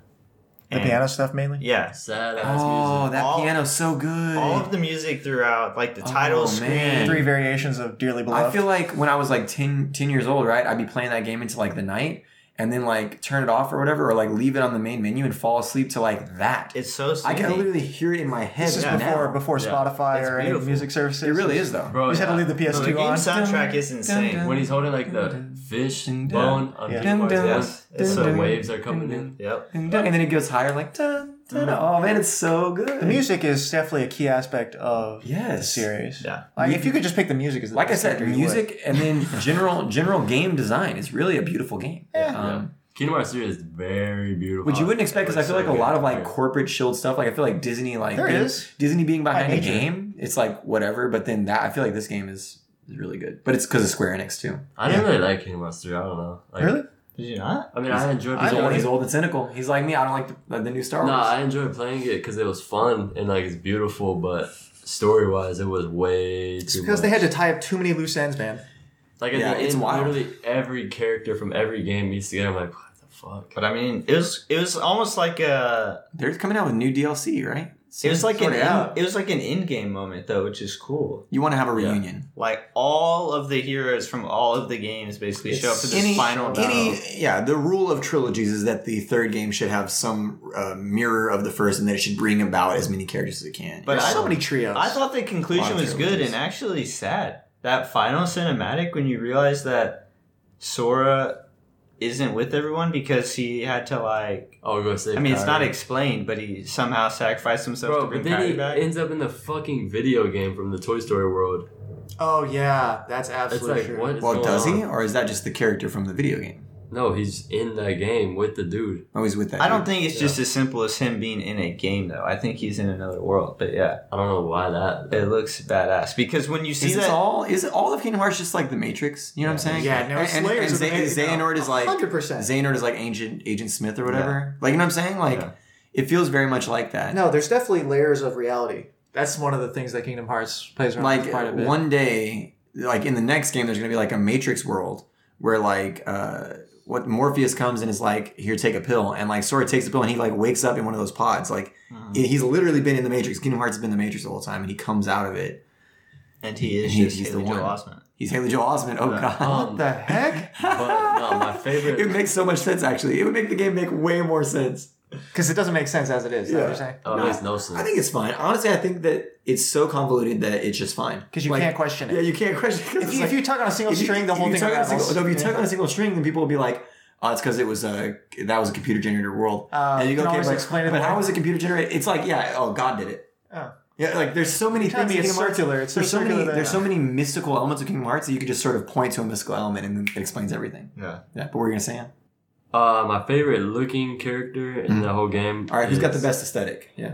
S2: the
S4: And-
S2: piano stuff mainly.
S4: Yeah.
S3: Sad ass
S5: Oh,
S3: music.
S5: that
S4: All-
S5: piano's so good.
S4: All of the music throughout, like the title
S5: Oh,
S4: screen.
S5: man.
S2: Three variations of Dearly Beloved.
S5: I feel like when I was like 10, 10 years old, right, I'd be playing that game until like the night and then like turn it off or whatever, or like leave it on the main menu and fall asleep to like that.
S4: It's so
S5: I
S4: sleepy.
S5: can literally hear it in my head
S2: this is
S5: now.
S2: before before
S3: Yeah.
S2: Spotify
S4: It's
S2: or any
S4: beautiful.
S2: music services.
S5: It really is though.
S3: Bro,
S2: We just had to
S3: yeah.
S2: leave uh, the
S4: No, the
S2: PS2
S4: game
S2: on.
S4: soundtrack is insane.
S5: Dun, dun,
S3: When he's holding like the fish bone on
S2: Yeah.
S3: his
S5: Dun,
S3: parts,
S5: dun.
S4: Yes. It's
S3: the
S4: so
S5: Dun,
S4: weird.
S3: waves are coming in.
S4: Yep.
S5: And then it goes higher like dun, dun, oh man, it's so good.
S2: The music is definitely a key aspect of the
S5: Yes.
S2: series.
S4: Yeah.
S2: Like, if you could just pick the music as the
S5: Like I
S2: best
S5: said,
S2: character, you would.
S5: music and then general general game design is really a beautiful game.
S2: Yeah.
S5: Um,
S3: Kingdom Hearts 3 is very beautiful.
S5: Which you wouldn't expect because I
S3: It's
S5: feel
S3: so
S5: like a
S3: good.
S5: lot of
S3: Yeah.
S5: like corporate shield stuff. Like I feel like Disney, like
S2: There
S5: being-
S2: is.
S5: Disney being behind a
S2: nature.
S5: game, it's like whatever. But then that I feel like this game is is really good. But it's because of Square Enix too.
S3: I didn't really like Kingdom Hearts 3. I don't know. Like,
S2: Really?
S4: Did you not?
S3: I mean, I enjoyed
S5: He's
S3: playing
S5: old,
S3: it.
S5: he's old and cynical. He's like me. I don't like the, like the new Star Wars.
S3: No, I enjoyed playing it because it was fun and like it's beautiful, but story wise, it was way too
S2: It's because
S3: much.
S2: they had to tie up too many loose ends, man.
S3: like at
S5: Yeah,
S3: the
S5: it's
S3: end,
S5: wild.
S3: literally every character from every game meets together. I'm like, what the fuck?
S4: But I mean, it was it was almost like a
S5: They're coming out with new DLC, right?
S4: it was like an
S5: Sort it
S4: in,
S5: out.
S4: it was like an in game moment though, which is cool.
S5: You want to have a reunion?
S4: Like all of the heroes from all of the games basically show up for this
S5: Any,
S4: final battle.
S5: any, yeah. The rule of trilogies is that the third game should have some uh, mirror of the first, and that it should bring about as many characters as it can.
S4: But
S2: There's
S4: I
S2: so
S4: don't-
S2: many trios.
S4: I thought the conclusion was good and actually sad. That final cinematic when you realize that Sora isn't with everyone because he had to like
S3: Oh, we're gonna say.
S4: I mean it's not
S3: Kyrie.
S4: explained, but he somehow sacrificed himself
S3: Bro,
S4: to bring
S3: but then
S4: Kyrie
S3: he
S4: back.
S3: ends up in the fucking video game from the Toy Story world.
S2: oh yeah, that's
S3: It's uh,
S2: absolutely
S3: like,
S2: true.
S3: what is
S5: well,
S3: going
S5: does
S3: on?
S5: he, or is that just the character from the video game?
S3: No, he's in that game with the dude.
S5: Oh, he's with that.
S4: I don't
S5: dude.
S4: think it's just as simple as him being in a game though. I think he's in another world. But yeah,
S3: I don't know why that.
S4: it looks badass. Because when you see
S5: is this
S4: that
S5: all? Is all of Kingdom Hearts just like the Matrix? You know what I'm saying?
S2: Yeah, no,
S5: And,
S2: it's
S5: and,
S2: layers
S5: and
S2: of
S5: Xehanort
S2: amazing-
S5: is like
S2: 100%.
S5: Xehanort is like ancient Agent Smith or whatever. Like you know what I'm saying? Like
S4: Yeah.
S5: it feels very much like that.
S2: No, there's definitely layers of reality. That's one of the things that Kingdom Hearts plays around
S5: like
S2: with quite a bit.
S5: one day, like in the next game, there's gonna be like a Matrix world where like uh, what Morpheus comes and is like, here, take a pill, and like Sora takes the pill and he like wakes up in one of those pods. Like
S2: Hmm.
S5: he's literally been in the Matrix. Kingdom Hearts has been in the Matrix the whole time, and he comes out of it.
S4: and he is
S5: He-
S4: just
S5: he's the
S4: Haley Joel
S5: one.
S4: Osment.
S5: He's Haley Joel Osment. Oh god.
S3: Um,
S2: what the heck?
S3: but no, my favorite.
S5: It would make so much sense, actually. It would make the game make way more sense.
S2: Because it doesn't make sense as it is.
S5: Yeah.
S2: Yeah. Because
S3: oh, it makes no sense.
S5: I think it's fine. Honestly, I think that it's so convoluted that it's just fine.
S2: you
S5: Like,
S2: can't question it.
S5: Yeah, you can't question. it 'cause
S2: if,
S5: it's
S2: you,
S5: like-
S2: if you tug on a single
S5: if you-
S2: string, the
S5: if
S2: whole
S5: you
S2: thing
S5: tug on a
S2: unravels.
S5: single- no, if you
S2: Yeah.
S5: tug on a single string, then people will be like, "Oh, it's because it was a that was a computer generated world."
S2: Uh,
S5: and you
S2: you
S5: go,
S2: can
S5: "Okay,
S2: always
S5: but,
S2: explain it
S5: but how
S2: away."
S5: was it computer generated?" It's like, yeah, oh, God did it.
S2: Oh.
S5: Yeah, like there's so many
S2: Kinda
S5: things. in
S2: it's
S5: Kingdom Hearts-
S2: circular. It's so
S5: there's so many.
S2: circular that-
S5: There's so many mystical elements of Kingdom Hearts that you could just sort of point to a mystical element and then it explains everything.
S4: Yeah.
S5: Yeah, but we're you gonna say, Ann?
S3: Uh, my favorite looking character in the whole game.
S5: all right, who's got the
S3: is,
S5: best aesthetic? Yeah.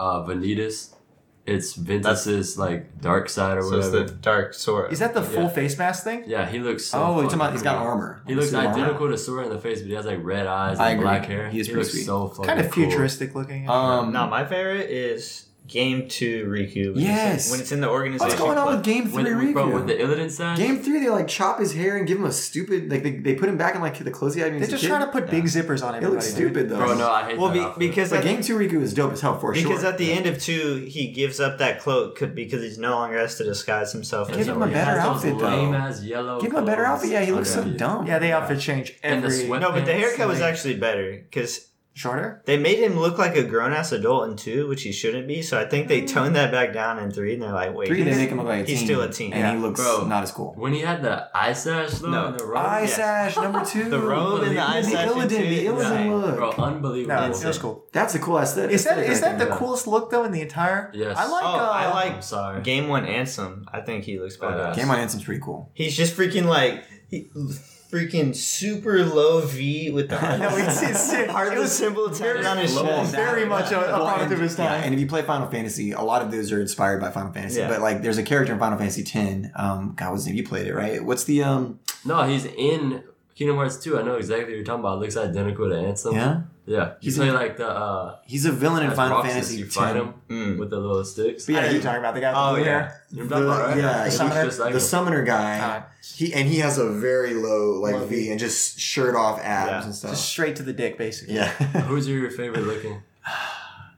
S3: Uh, Vanitas. It's Ventus's like dark side or
S4: So it's
S3: whatever.
S4: the dark Sora.
S2: Is that the full
S3: Yeah.
S2: face mask thing?
S3: Yeah, he looks. So
S5: Oh, you're talking
S3: fucking
S5: about he's got
S3: cool.
S5: armor.
S3: He looks
S5: Suit of armor.
S3: identical to Sora in the face, but he has like red eyes
S5: I
S3: and
S5: agree.
S3: black hair.
S5: He is pretty
S3: looks
S5: sweet.
S3: so fucking
S2: Kind of
S3: cool.
S2: futuristic looking.
S5: Um,
S4: No, my favorite is Game Two Riku. When it's
S5: Yes.
S4: in, when it's in the organization.
S5: what's going on
S4: club.
S5: with Game
S3: When,
S5: Three
S3: when- bro,
S5: Riku?
S3: with the Illidan side,
S5: Game Three, they like chop his hair and give him a stupid like they, they put him back in like the clothes he had. when he
S2: They're
S5: was a
S2: just
S5: kid.
S2: trying to put big zippers on
S5: It
S2: everybody.
S5: looks
S2: dude.
S5: stupid though.
S3: bro, no, I hate that.
S4: Well,
S3: outfit.
S4: be, because
S5: But
S4: at-
S5: Game Two Riku is dope as hell for
S4: because
S5: sure.
S4: at the end of two, he gives up that cloak c- because he's no longer has to disguise himself.
S5: Give
S4: an
S5: him a
S4: organ.
S5: better
S3: He has those
S5: outfit, though.
S3: lame-ass yellow
S5: give him a better
S3: clothes
S5: outfit. Yeah, he looks so
S3: under it.
S5: dumb.
S2: Yeah, they outfit change
S3: And the
S2: every.
S3: sweat-
S4: No, but the
S3: It's
S4: haircut was
S3: like-
S4: actually better because
S2: Shorter?
S4: They made him look like a grown ass adult in two, which he shouldn't be. So I think they toned that back down in three, and they're like, wait,
S5: Mm. Three, they
S4: he's-
S5: make him look like a teen.
S4: he's still a teen.
S5: and
S4: Yeah.
S5: he looks
S3: Bro.
S5: not as cool.
S3: When he had the eye sash though,
S4: No.
S3: and the robe,
S5: Eye
S4: yes.
S5: sash number two.
S4: The robe and the eye
S5: The
S4: sash and
S5: Illidan,
S4: two-
S5: the Illidan
S4: yeah.
S5: look.
S3: bro, unbelievable.
S2: No, it's, it was cool.
S5: That's a cool aesthetic.
S2: Is that
S5: aesthetic
S2: is
S5: right
S2: that
S5: there.
S2: the coolest look though in the entire?
S3: Yes.
S2: I like.
S4: oh,
S2: uh,
S4: I like
S3: I'm sorry.
S4: Game One Ansem. I think he looks
S3: Oh,
S4: badass.
S3: yeah.
S5: Game on Ansem's pretty cool.
S4: He's just freaking like he, freaking super low V with the
S2: No, it's, it's, it,
S4: heart
S2: it
S4: of the
S2: was
S4: symbol tattooed on his
S5: low
S4: chest.
S5: down.
S2: very much a, a
S5: Well,
S2: product
S5: and,
S2: of his
S5: yeah,
S2: time.
S5: and if you play Final Fantasy, a lot of those are inspired by Final Fantasy.
S4: Yeah.
S5: But like, there's a character in Final Fantasy X. Um, God, what's his name? You played it, right? What's the um?
S3: No, he's in Kingdom Hearts 2. I know exactly what you're talking about. Looks identical to Ansem.
S5: Yeah,
S3: Yeah. You
S5: He's
S3: play
S5: in-
S3: like the uh
S5: he's a villain in
S3: as
S5: Final
S3: Roxas,
S5: Fantasy
S3: you
S5: X.
S3: fight him
S4: Mm.
S3: with the little sticks.
S5: But yeah,
S2: I know
S5: he,
S2: you're talking about the guy. With
S4: Oh
S2: the blue
S4: yeah.
S2: hair.
S3: You
S5: the,
S3: remember that, right?
S5: yeah,
S3: He
S5: he-
S3: looks just like
S5: the
S3: him.
S5: summoner guy.
S2: Ah.
S5: He and he has a very low like
S2: Low
S5: V and just shirt off abs
S4: Yeah.
S5: and
S2: Just
S5: stuff.
S2: straight to the dick, basically.
S5: Yeah,
S3: Who's your favorite looking?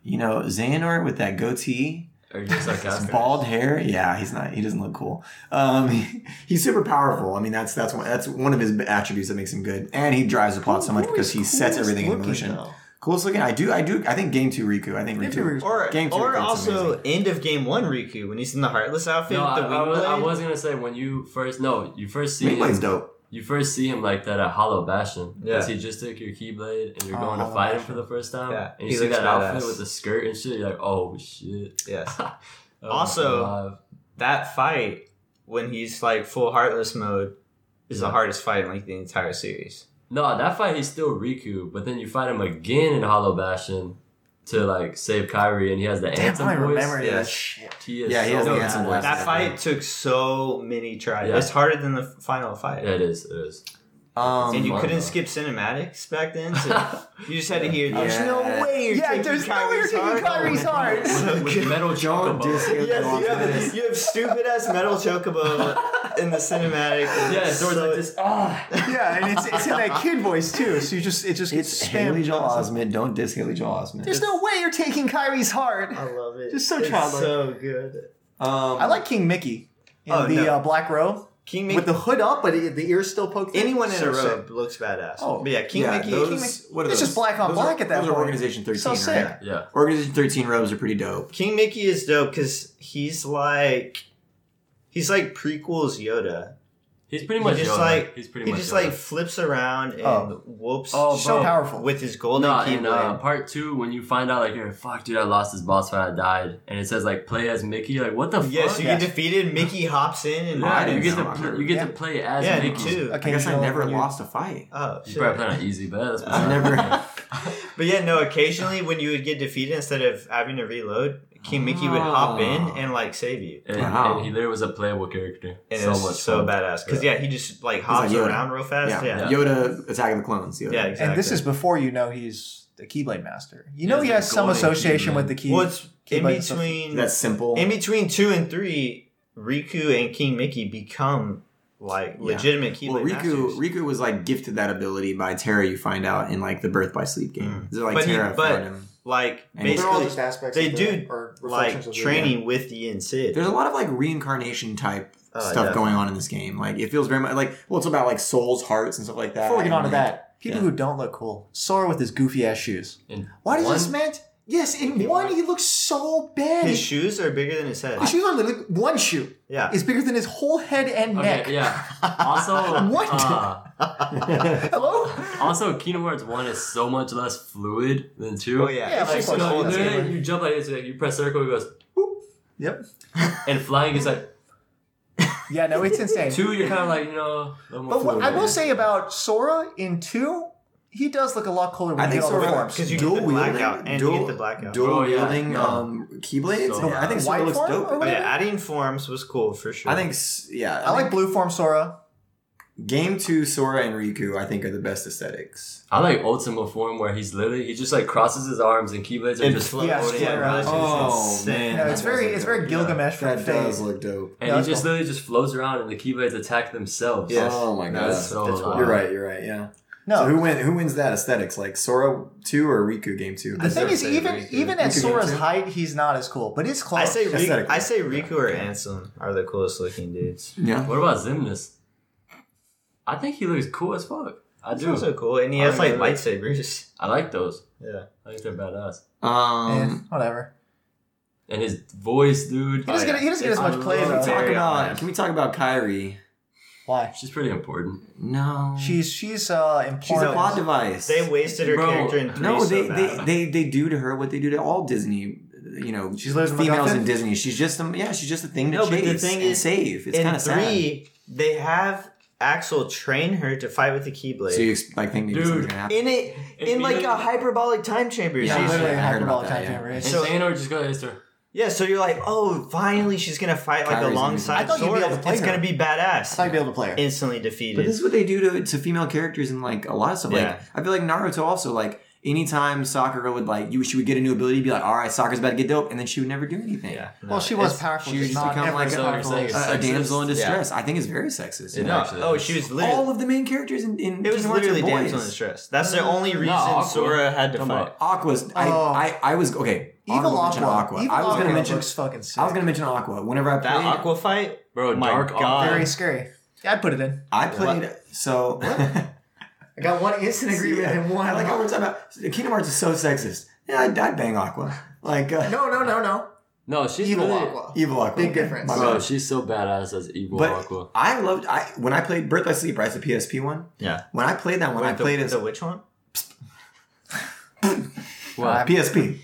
S5: you know Xehanort with that goatee.
S3: Are you just sarcastic?
S5: bald hair. Yeah, he's not. He doesn't look cool. Um, he's super powerful. I mean, that's that's one that's one of his attributes that makes him good. And he drives the plot so much because he sets everything in motion. Coolest looking. I do. I do. I think Game Two Riku. I think
S2: Game
S5: Riku.
S2: Two Riku.
S4: Or,
S5: Game two
S4: or
S5: looks
S4: also
S5: amazing.
S4: end of game one Riku when he's in the Heartless outfit
S3: No, I,
S4: with the
S3: I,
S4: wing
S3: was, I
S4: blade.
S3: was gonna say when you first no, you first see
S5: Gameplay's
S3: him,
S5: dope.
S3: you first see him like that at Hollow Bastion.
S4: Yeah.
S3: Because he just took your keyblade and you're
S2: Oh,
S3: going to
S2: Hollow
S3: fight him
S2: Bastion.
S3: for the first time.
S4: Yeah,
S3: And
S4: he
S3: you see
S4: looks
S3: that outfit
S4: badass.
S3: with the skirt and shit, you're like, oh shit.
S4: yes.
S3: Oh,
S4: Also-
S3: alive.
S4: That fight when he's like full Heartless mode is the
S3: Yeah.
S4: hardest fight in like the entire series.
S3: No, that fight he's still Riku, but then you fight him again in Hollow Bastion to like save Kyrie, and he has the
S2: Damn,
S3: anthem
S2: I
S3: voice.
S2: remember
S4: yeah.
S2: that shit.
S3: He is
S5: Yeah, he
S3: so
S5: has the
S3: badass.
S5: anthem voice.
S4: That fight took so many tries.
S3: Yeah.
S4: It's harder than the final fight.
S3: Yeah, it is. It is.
S5: Um,
S4: And you
S3: Fun,
S4: couldn't
S3: though.
S4: skip cinematics back then, so you just had to hear. oh, There's
S5: Yeah.
S4: no way you're
S2: Yeah,
S4: taking
S2: there's no way you're
S4: Kyrie's
S2: taking
S4: heart.
S2: Kyrie's heart.
S4: So
S3: With
S4: good.
S3: metal
S5: Don't
S3: chocobo.
S5: dis-
S4: Yes, you have, you have stupid ass metal chocobo in the cinematic.
S3: Yeah, so it's like this. Ah,
S2: yeah, and it's, it's in that kid voice too. So you just it just gets
S5: it's
S2: spammed.
S5: Haley Joel Osment. Don't diss Haley Joel Osment.
S2: There's no way you're taking Kyrie's heart.
S4: I love it.
S2: Just so
S4: It's
S2: childlike.
S4: So good.
S5: Um,
S2: I like King Mickey in
S4: Oh,
S2: the
S4: no.
S2: uh, black robe
S4: King Mickey.
S2: with the hood up, but it- the ears still poked.
S4: anyone in
S2: So
S4: a
S2: sick.
S4: robe looks badass.
S2: Oh,
S4: but yeah, King
S5: yeah,
S4: Mickey.
S5: those-
S4: King, Mickey-
S5: what are
S2: It's
S5: those?
S2: just black on
S5: Those
S2: black
S5: are,
S2: at that
S5: those are
S2: point.
S5: Organization Thirteen.
S2: So sick.
S5: Right?
S3: yeah.
S5: Organization Thirteen robes are pretty dope.
S4: King Mickey is dope because he's like, he's like prequels Yoda.
S3: He's pretty
S4: He
S3: much
S4: just
S3: Yoda.
S4: like
S3: he's pretty
S4: He
S3: much
S4: just
S3: Yoda.
S4: like flips around and
S2: Oh.
S4: whoops
S3: Oh,
S2: so
S3: bro.
S2: powerful.
S4: with his golden
S3: No,
S4: keyblade.
S3: in uh, part two, when you find out, like, you're like, fuck, dude, I lost this boss fight, I died. And it says, like, play as Mickey. Like, what the fuck?
S4: yes, you
S2: yeah.
S4: get defeated. Mickey hops in and
S5: I
S3: yeah, you
S5: didn't
S3: get,
S5: know
S3: to,
S5: about
S3: pl-
S5: her.
S3: you get
S2: Yeah.
S3: to play as
S4: yeah,
S3: Mickey.
S4: too.
S5: I guess I
S2: so
S5: never
S2: when you're-
S5: lost a fight.
S4: Oh,
S3: You
S4: shit.
S3: probably played on easy, but that's
S5: I never.
S4: But yeah, no, occasionally when you would get defeated, instead of having to reload, King Mickey would hop in and like save you.
S3: And,
S5: Wow.
S3: and he literally was a playable character.
S4: And
S3: so
S4: it was
S3: much
S4: so
S3: fun.
S4: badass. Because yeah. he just like hops
S5: like Yoda.
S4: around real
S5: yeah.
S4: fast. Yeah. Yeah,
S5: Yoda, Attack of the Clones. Yoda.
S4: exactly.
S2: And this is before you know he's the Keyblade Master. You know
S3: Yeah,
S2: he
S3: the
S2: has some
S3: golden
S2: association
S3: Keyblade.
S2: with the key.
S4: what's in
S2: Keyblade and stuff.
S4: between
S5: That's simple.
S4: in between two and three, Riku and King Mickey become like
S5: Yeah.
S4: legitimate Keyblade
S5: well, Riku
S4: masters.
S5: Riku was like gifted that ability by Terra. You find out in like the Birth by Sleep game.
S4: Mm.
S5: So, like
S4: But he-
S5: Terra
S4: but-
S5: found him.
S4: like
S5: And they're
S4: basically
S2: aspects.
S4: they do,
S2: or reflections
S4: like
S2: of the-
S4: training with the and Sid.
S5: There's a lot of like reincarnation type
S4: Oh,
S5: stuff
S4: yeah.
S5: going on in this game. Like it feels very much like well, it's about like souls, hearts, and stuff like that.
S2: Before we get
S5: And,
S2: on to
S5: like,
S2: that, people
S5: yeah.
S2: who don't look cool. Sora with his goofy ass shoes.
S3: And
S2: Why does
S3: one-
S2: this man? Yes, in one he looks so bad.
S4: His
S2: His,
S4: shoes are bigger than his head.
S2: shoes are literally one shoe
S4: Yeah.
S2: is bigger than his whole head and neck.
S3: Okay, yeah. Also,
S2: What?
S3: uh,
S2: Hello.
S3: also, Kingdom Hearts 1 is so much less fluid than 2.
S4: Oh yeah.
S2: Yeah,
S4: It's
S2: like
S4: just
S2: so
S4: an
S3: No,
S4: old
S2: that's
S3: literally,
S2: good.
S3: you jump like this, like, you press circle, it goes,
S2: Yep.
S3: and flying is like,
S2: Yeah. No, it's insane.
S3: two, you're kind of like, you know, a little more
S2: But what I
S3: fluid.
S2: will say about Sora in two, he does look a lot cooler when
S5: I
S2: he hit
S5: think
S2: all the
S5: Sora-
S2: forms.
S4: Because you
S5: Dual
S4: get the
S5: wielding-
S4: blackout and
S5: dual-
S4: you get the blackout.
S5: dual
S3: Oh, yeah.
S5: wielding
S3: Yeah.
S5: um, keyblades.
S3: So-
S5: I think
S2: White
S5: Sora looks
S2: form
S5: dope.
S2: or
S4: But yeah,
S2: whatever?
S4: adding forms was cool for sure.
S5: Oh. I think s- yeah.
S2: I like
S5: think
S2: blue form Sora.
S5: game two. Sora and Riku, I think, are the best aesthetics.
S3: I like Ultima Form where he's literally, he just like crosses his arms and keyblades are
S4: And
S3: just
S4: floats,
S3: floating
S2: yeah, float around.
S3: around.
S5: Oh,
S4: insane.
S5: man.
S2: No,
S5: that
S2: it's
S5: does
S2: very
S5: look
S2: it's very
S5: dope.
S2: Gilgamesh from
S5: That does
S2: Fate.
S5: look dope.
S2: Yeah,
S3: And he
S2: that's
S3: just
S2: cool.
S3: literally just floats around and the keyblades attack themselves.
S4: Yes.
S5: Oh my god.
S3: That's so
S4: That's
S3: loud.
S5: You're right. You're right. Yeah.
S2: No,
S5: So who win? Who wins that aesthetics? Like Sora two or Riku game two?
S2: the thing
S4: never
S2: is,
S4: say
S2: even
S4: Riku.
S2: even at
S5: Riku game
S2: Sora's
S5: too.
S2: height, he's not as cool, but it's close.
S4: I say Riku,
S5: Aesthetically.
S4: I say Riku or Ansem are the coolest looking dudes.
S5: yeah.
S3: What about Zimnus? I think he looks cool as fuck. I
S4: That's
S3: do.
S4: also cool. And he
S3: I
S4: has like
S3: remember.
S4: lightsabers.
S3: I like those.
S4: Yeah.
S3: I think they're badass.
S2: Eh,
S5: Um,
S2: whatever.
S3: And his voice, dude.
S2: He doesn't get he doesn't get as
S3: I
S2: much
S3: love
S2: play
S5: can we
S2: though.
S5: talk
S4: Very
S5: about
S4: honest.
S5: can we talk about Kyrie?
S2: Why?
S3: She's pretty important.
S5: No,
S2: She's she's uh important.
S5: she's a plot device.
S4: They wasted her
S3: Bro,
S4: character in three
S5: no,
S4: so
S5: they,
S4: bad.
S5: they they they do to her what they do to all Disney. You know,
S2: She lives in
S5: females
S2: MacGuffin?
S5: in Disney. She's just a, yeah, she's just a thing to
S4: No, but the
S5: chase
S4: thing
S5: and
S4: is,
S5: save. It's
S4: in
S5: kind of sad.
S4: three, they have Axel train her to fight with the Keyblade.
S5: So you ex- like think maybe
S3: Dude,
S5: something's gonna happen?
S4: in it,
S3: It'd
S4: in
S3: be
S4: like a
S3: like-
S4: hyperbolic time chamber.
S5: Yeah,
S4: she's-
S2: literally
S5: I
S2: hyperbolic
S5: heard about that,
S2: time
S5: yeah.
S2: chamber.
S3: And
S2: It's-
S4: So-
S3: so, Xehanort just got hissed her.
S4: yeah, so you're like, oh, finally she's gonna fight like
S5: Kyrie's gonna be-
S4: alongside
S2: I thought you'd be
S4: Zora.
S2: able to play
S4: It's
S2: her.
S4: gonna be
S2: It's not
S4: badass.
S2: gonna be able to play her.
S4: Instantly defeated.
S5: But this is what they do to to female characters in like a lot of stuff.
S4: Yeah.
S5: Like I feel like Naruto also like anytime Sakura would like you she would get a new ability, be like, all right, Sakura's about to get dope, and then she would never do anything.
S4: yeah.
S2: well, she was
S5: It's-
S2: powerful.
S5: she
S2: just
S5: just
S2: not
S5: become
S2: ever
S5: like
S2: as
S5: a-
S2: powerful as-
S3: a-
S5: A, a
S3: Sexist.
S5: damsel in
S4: Yeah.
S5: distress. I think is very
S3: It
S5: sexist. yeah.
S3: No,
S4: No,
S3: actually,
S4: oh,
S3: it
S4: she was literally.
S5: All of the main characters in, in
S4: it was
S5: Kingdom Hearts are
S4: literally
S5: boys.
S4: damsel in distress. That's the only reason
S3: Aqua.
S4: Sora had to
S3: Come
S4: fight.
S3: on.
S5: Aqua's. I,
S2: Oh.
S5: I, I was okay.
S2: Evil
S5: honorable mention
S2: Aqua.
S5: Aqua.
S2: Evil
S5: I was
S2: Aqua
S5: gonna mention.
S2: looks fucking sick.
S5: I was gonna mention Aqua. Whenever I played,
S4: That Aqua fight,
S3: Bro,
S4: My
S3: dark
S4: God.
S5: um,
S2: Very scary. Yeah, I put it in.
S5: I played. So
S2: I got one instant agreement
S5: Yeah.
S2: and one.
S5: I like how we're talking about Kingdom Hearts is so sexist. Yeah, I'd, I'd bang Aqua. Like uh,
S2: no, no, no, no.
S3: No, she's
S2: Evil
S3: really,
S2: Aqua.
S5: evil Aqua.
S2: Big difference.
S5: My
S3: Bro,
S5: bad.
S3: she's so badass as evil
S5: But
S3: Aqua.
S5: I loved I when I played Birth by Sleep. Right, it's the PSP one.
S4: Yeah.
S5: When I played that one,
S4: Wait,
S5: I
S4: the,
S5: played it as
S4: the which one?
S3: What?
S5: PSP.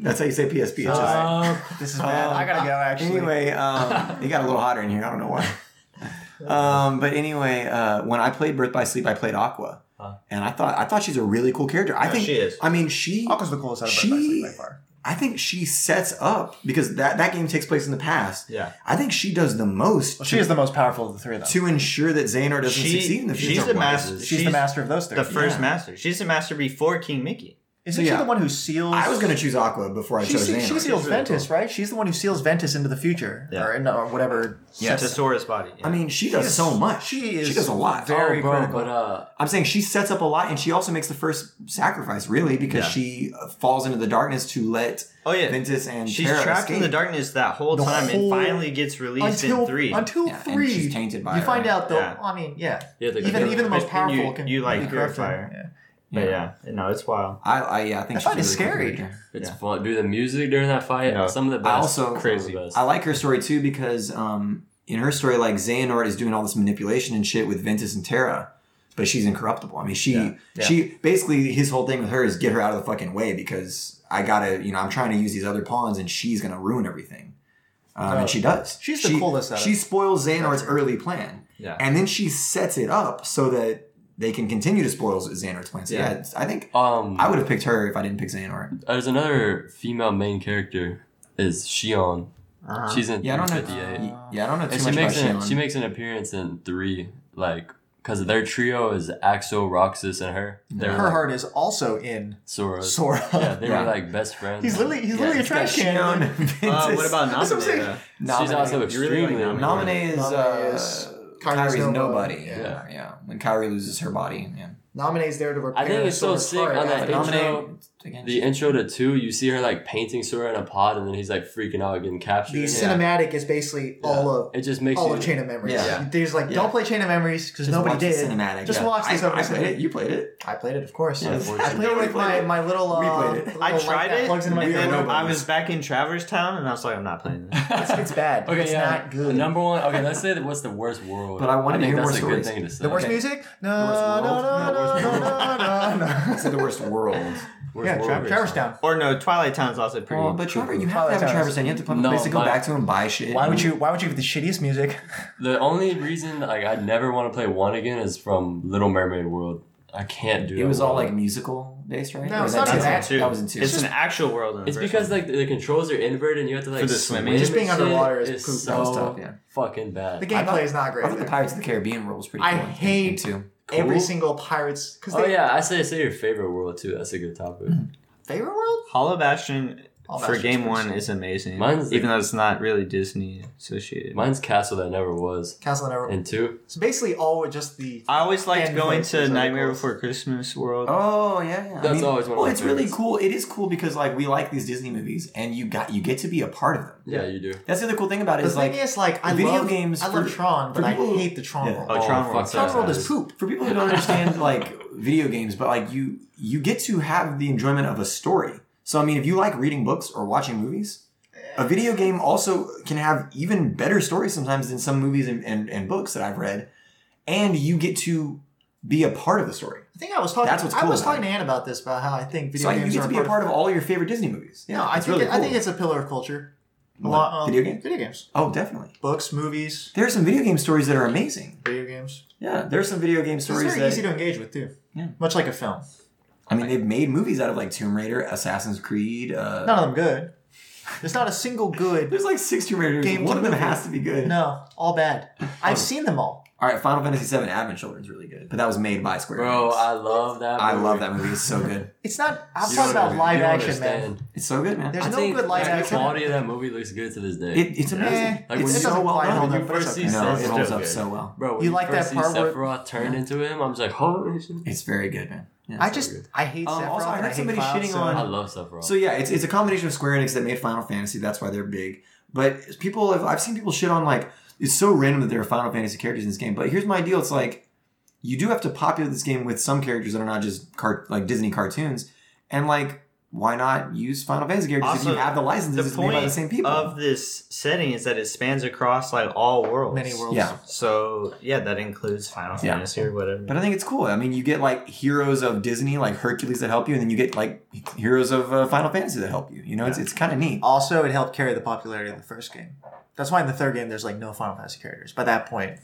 S5: That's how you say PSP. It's
S4: Oh,
S5: just-
S3: Uh,
S2: This is bad. I gotta go. Actually,
S5: Anyway, um, it got a little hotter in here. I don't know why. Um, but anyway, uh, when I played Birth by Sleep, I played Aqua,
S3: Huh.
S5: and I thought I thought she's a really cool character. I
S4: Yeah,
S5: think
S4: she is.
S5: I mean, she.
S2: Aqua's the coolest out of
S5: She-
S2: Birth by Sleep by far.
S5: I think she sets up because that that game takes place in the past.
S4: Yeah.
S5: I think she does the most
S2: Well, she
S5: to,
S2: is the most powerful of the three of them.
S5: to ensure that Xehanort doesn't
S4: She-
S5: succeed in the future.
S4: she's the master.
S2: she's, the master of those three.
S4: The first
S5: Yeah.
S4: master. She's the master before King Mickey.
S2: Isn't she
S5: Yeah.
S2: the one who seals?
S5: I was going to choose Aqua before I
S2: She,
S5: chose
S2: se- she
S5: Xehanort.
S2: seals
S4: really
S2: Ventus, right? She's the one who seals Ventus into the future,
S4: Yeah.
S2: or, in, or whatever.
S5: Yes.
S4: To Sora's body. yeah.
S5: I mean, she does
S2: is-
S5: so much.
S2: she is
S5: She does a lot.
S2: very
S3: oh, bro,
S2: critical.
S3: but uh,
S5: I'm saying she sets up a lot, and she also makes the first sacrifice, really, because
S4: Yeah.
S5: she uh, falls into the darkness to let
S4: oh yeah.
S5: Ventus and
S4: She's
S5: Terra
S4: trapped
S5: escape.
S4: in the darkness that whole
S2: The
S4: time
S2: whole-
S4: and finally gets released
S2: until
S4: in three.
S2: until
S5: Yeah, and
S2: three,
S5: she's tainted by
S2: you
S5: it,
S2: find
S5: right?
S2: out though.
S4: Yeah.
S2: I mean, yeah,
S3: yeah, the,
S2: even even the most
S4: But then you-
S2: powerful can
S4: you, like,
S2: be corrupted.
S4: purify.
S2: Yeah.
S4: but yeah. no, it's wild.
S5: I, I, yeah, I think
S2: I find
S5: she's
S2: it
S5: really
S2: scary.
S5: cool character.
S3: it's
S4: Yeah.
S3: fun, dude. The music during that fight,
S4: No.
S3: some of the best.
S5: I also-
S3: crazy. Best.
S5: I like her story too because um, in her story, like Xehanort is doing all this manipulation and shit with Ventus and Terra, but she's incorruptible. I mean, she
S4: Yeah. Yeah.
S5: she basically his whole thing with her is get her out of the fucking way because I gotta you know I'm trying to use these other pawns and she's gonna ruin everything, um,
S2: Oh.
S5: and she does.
S2: She's the
S5: She-
S2: coolest out of-
S5: She spoils Xehanort's early plan,
S4: Yeah.
S5: and then she sets it up so that they can continue to spoil Xehanort's plan. So
S4: Yeah.
S5: yeah, it's- I think
S3: um,
S5: I would have picked her if I didn't pick Xehanort.
S3: there's another female main character is Shion.
S4: Uh-huh.
S3: Sheshe's in
S5: Yeah, I don't know.
S3: 358.
S5: yeah, I don't know too
S3: and she
S5: much
S3: makes
S5: about
S3: an,
S5: Shion.
S3: she makes an appearance in three, like because their trio is Axel, Roxas, and her. They're
S2: Her
S3: like
S2: heart is also in
S3: Sora.
S2: Sora.
S3: Yeah, they
S5: Yeah.
S3: were like best friends.
S2: He's literally he's literally a
S5: It's got
S2: trash can.
S5: Shion,
S4: Uh,
S5: Ventus.
S4: what about
S2: That's what I'm saying.
S4: Namida?
S3: She's also extremely
S4: really like
S3: annoying.
S5: Nominee is,
S2: Nominee
S5: uh,
S2: is
S5: Kyrie's,
S2: Kyrie's
S5: nobody.
S2: nobody.
S5: Yeah. yeah,
S3: Yeah.
S5: When Kyrie loses her body, yeah.
S2: Nominate's there to repair.
S3: I think it's so
S2: Sora's
S3: sick
S2: heart.
S3: on that
S2: Yeah.
S3: picture.
S5: Nominee. again,
S3: The intro to two, you see her like painting Sora in a pod, and then he's like freaking out, getting captured.
S2: The
S3: Yeah.
S2: cinematic is basically all of
S3: it just makes
S5: Oh,
S2: all
S3: you.
S2: of Chain of Memories.
S5: Yeah.
S2: There's like,
S5: Yeah.
S2: don't play Chain of Memories because
S5: Just
S2: nobody
S5: watch the
S2: did.
S5: cinematic.
S2: Just
S5: yeah.
S2: watch this
S5: I,
S2: over
S5: I played
S2: cinematic.
S5: it. You played it.
S2: I played it, of course.
S3: Yeah,
S2: I
S3: of course you
S2: played it
S5: did.
S2: with my, my little. Uh,
S5: We played it.
S2: little
S4: I
S2: light
S4: tried
S2: that
S4: it.
S2: Plugs into my
S4: and then
S2: computer.
S4: I was back in Traverse Town, and I was like, I'm not playing this.
S2: It's, it's bad.
S3: Okay,
S2: it's
S3: yeah.
S2: not good.
S3: Number one. Okay, let's say that what's the worst world.
S5: But I wanted to
S3: think
S5: hear
S3: that's
S5: more
S3: a good
S5: stories.
S3: thing to say.
S2: the worst
S5: Okay.
S2: music?
S5: worst
S2: No, no,
S5: world?
S2: no,
S5: No, worst
S2: no, no,
S5: world.
S2: no, no.
S5: It's the worst world.
S3: Worst
S2: Yeah,
S3: world.
S2: Traverse, Traverse Town.
S4: or no, Twilight Town's also pretty.
S5: Well, Oh, but Trevor, you have
S2: Probably
S5: to have a
S2: Travis.
S5: Trevor and you have to
S3: No,
S5: basically go
S3: but-
S5: back to him and buy shit.
S2: Why would you? Why would you have the shittiest music?
S3: The only reason like I never want to play one again is from Little Mermaid World. I can't do
S5: It was
S3: that
S5: all
S3: world.
S5: like musical based, right?
S2: No, it's
S5: Or was
S2: not
S5: that
S2: even
S5: two?
S2: that.
S5: That was in two.
S4: It's an actual world. In the
S3: It's
S4: first
S3: because
S4: one.
S3: like the, the controls are inverted and you have to like
S4: For the swimming.
S3: swim
S4: Just
S2: being
S3: and shit
S2: underwater is
S3: is
S2: poop.
S3: so
S5: That was tough, yeah.
S3: fucking bad.
S2: The
S5: I thought-
S2: gameplay is not great.
S5: I thought the
S2: either.
S5: Pirates of the Caribbean world was pretty
S2: I
S5: cool. in- in
S2: hate-
S5: two.
S2: Every
S3: Cool.
S2: single pirates. Because
S3: oh
S2: they
S3: yeah, I say say your favorite world too. That's a good topic.
S2: favorite world.
S4: Hollow Bastion
S2: All
S4: for
S2: matches
S4: game
S2: first.
S4: one is amazing.
S3: Mine's the-
S4: even though it's not really Disney associated.
S3: Mine's Castle That Never Was.
S2: Castle and Arrow.
S3: And two,
S2: So basically, all with just the
S4: I always liked
S2: And
S4: going
S2: Voices, I
S4: to
S2: think,
S4: Nightmare
S2: was-
S4: Before Christmas World.
S5: Oh yeah, yeah. I
S3: That's always one of
S5: Well,
S3: my
S5: it's really
S3: favorites.
S5: cool. It is cool because like we like these Disney movies, and you got you get to be a part of them.
S3: yeah, you do.
S5: That's the other cool thing about it
S2: The
S5: is
S2: thing
S5: like
S2: is, like, I
S5: video
S2: love
S5: games
S2: I love
S5: for-
S2: Tron,
S5: for
S2: but I
S5: people-
S2: hate the Tron
S5: Yeah.
S2: world.
S4: Oh, Tron
S3: fuck
S4: World.
S2: Tron
S3: that
S2: world is
S3: is-
S2: poop.
S5: for people who don't understand like video games, but like you you get to have the enjoyment of a story. So I mean, if you like reading books or watching movies, a video game also can have even better stories sometimes than some movies and, and, and books that I've read, and you get to be a part of the story.
S2: I think I was talking.
S5: That's what's
S2: I
S5: cool
S2: was
S5: about
S2: talking to Ann about this about how I think video
S5: so like, you
S2: games
S5: get
S2: are
S5: to be a part of all your favorite Disney movies. Yeah,
S2: no, I
S5: it's
S2: think
S5: really
S2: it-
S5: cool.
S2: I think it's a pillar of culture.
S5: What?
S2: Lot- um,
S5: Video games?
S2: video games,
S5: oh, definitely.
S2: books, movies,
S5: There are some video game stories that are amazing.
S2: video games.
S5: Yeah, there are some video game
S2: It's
S5: stories
S2: very
S5: that
S2: easy to engage with too.
S5: Yeah.
S2: Much like a film.
S5: I mean, they've made movies out of like Tomb Raider, Assassin's Creed. Uh,
S2: None of them good. There's not a single good.
S5: There's like six Tomb Raiders.
S2: Game
S5: One of them
S2: movie.
S5: has to be good.
S2: No, all bad. I've seen them all.
S5: All right, Final Fantasy VII Advent Children's really good, but that was made by Square.
S3: Bro,
S5: Enix.
S3: I love that.
S5: I
S3: movie.
S5: love that movie. It's so good.
S2: It's not. I'm talking
S3: You don't
S2: about
S3: under-
S2: live
S3: you don't
S2: action, man.
S3: understand.
S5: It's so good, man.
S2: There's
S3: I
S2: no
S3: think
S2: good live
S3: the
S2: action.
S3: quality of that movie looks good to this day.
S5: It, it's amazing.
S2: Eh,
S3: Like,
S5: it's
S3: when
S5: so
S2: you-
S5: well
S2: I don't
S5: done.
S2: know.
S3: you first see
S5: No, it
S3: Sephiroth-
S5: holds up
S4: good.
S5: so well.
S3: Bro, when
S2: You
S3: you,
S2: like
S3: first
S2: that part
S3: see
S2: where-
S3: Sephiroth turn into him, I'm just like, holy shit.
S5: It's very good, man. Yeah.
S2: I just I hate.
S5: Um,
S2: Sephiroth
S5: also, I
S2: and
S5: heard
S2: hate
S5: somebody
S2: Cloud,
S5: shitting
S2: so-
S5: on-
S3: I love Sephiroth.
S5: So yeah, it's it's a combination of Square Enix that made Final Fantasy. That's why they're big. But people have I've seen people shit on like it's so random that there are Final Fantasy characters in this game. But here's my deal: it's like you do have to populate this game with some characters that are not just cart like Disney cartoons, and like why not use Final Fantasy characters if
S4: Also,
S5: you have the licenses
S4: the
S5: it's made by the
S4: point
S5: same people?
S4: of this setting is that it spans across like all worlds.
S2: Many worlds.
S5: yeah,
S4: So yeah, that includes Final
S5: Yeah.
S4: Fantasy or whatever.
S5: but I think it's cool. I mean, you get like heroes of Disney, like Hercules, that help you, and then you get like heroes of uh, Final Fantasy that help you. You know, it's it's kind of neat.
S2: Also, it helped carry the popularity of the first game. That's why in the third game there's like no Final Fantasy characters. By that point,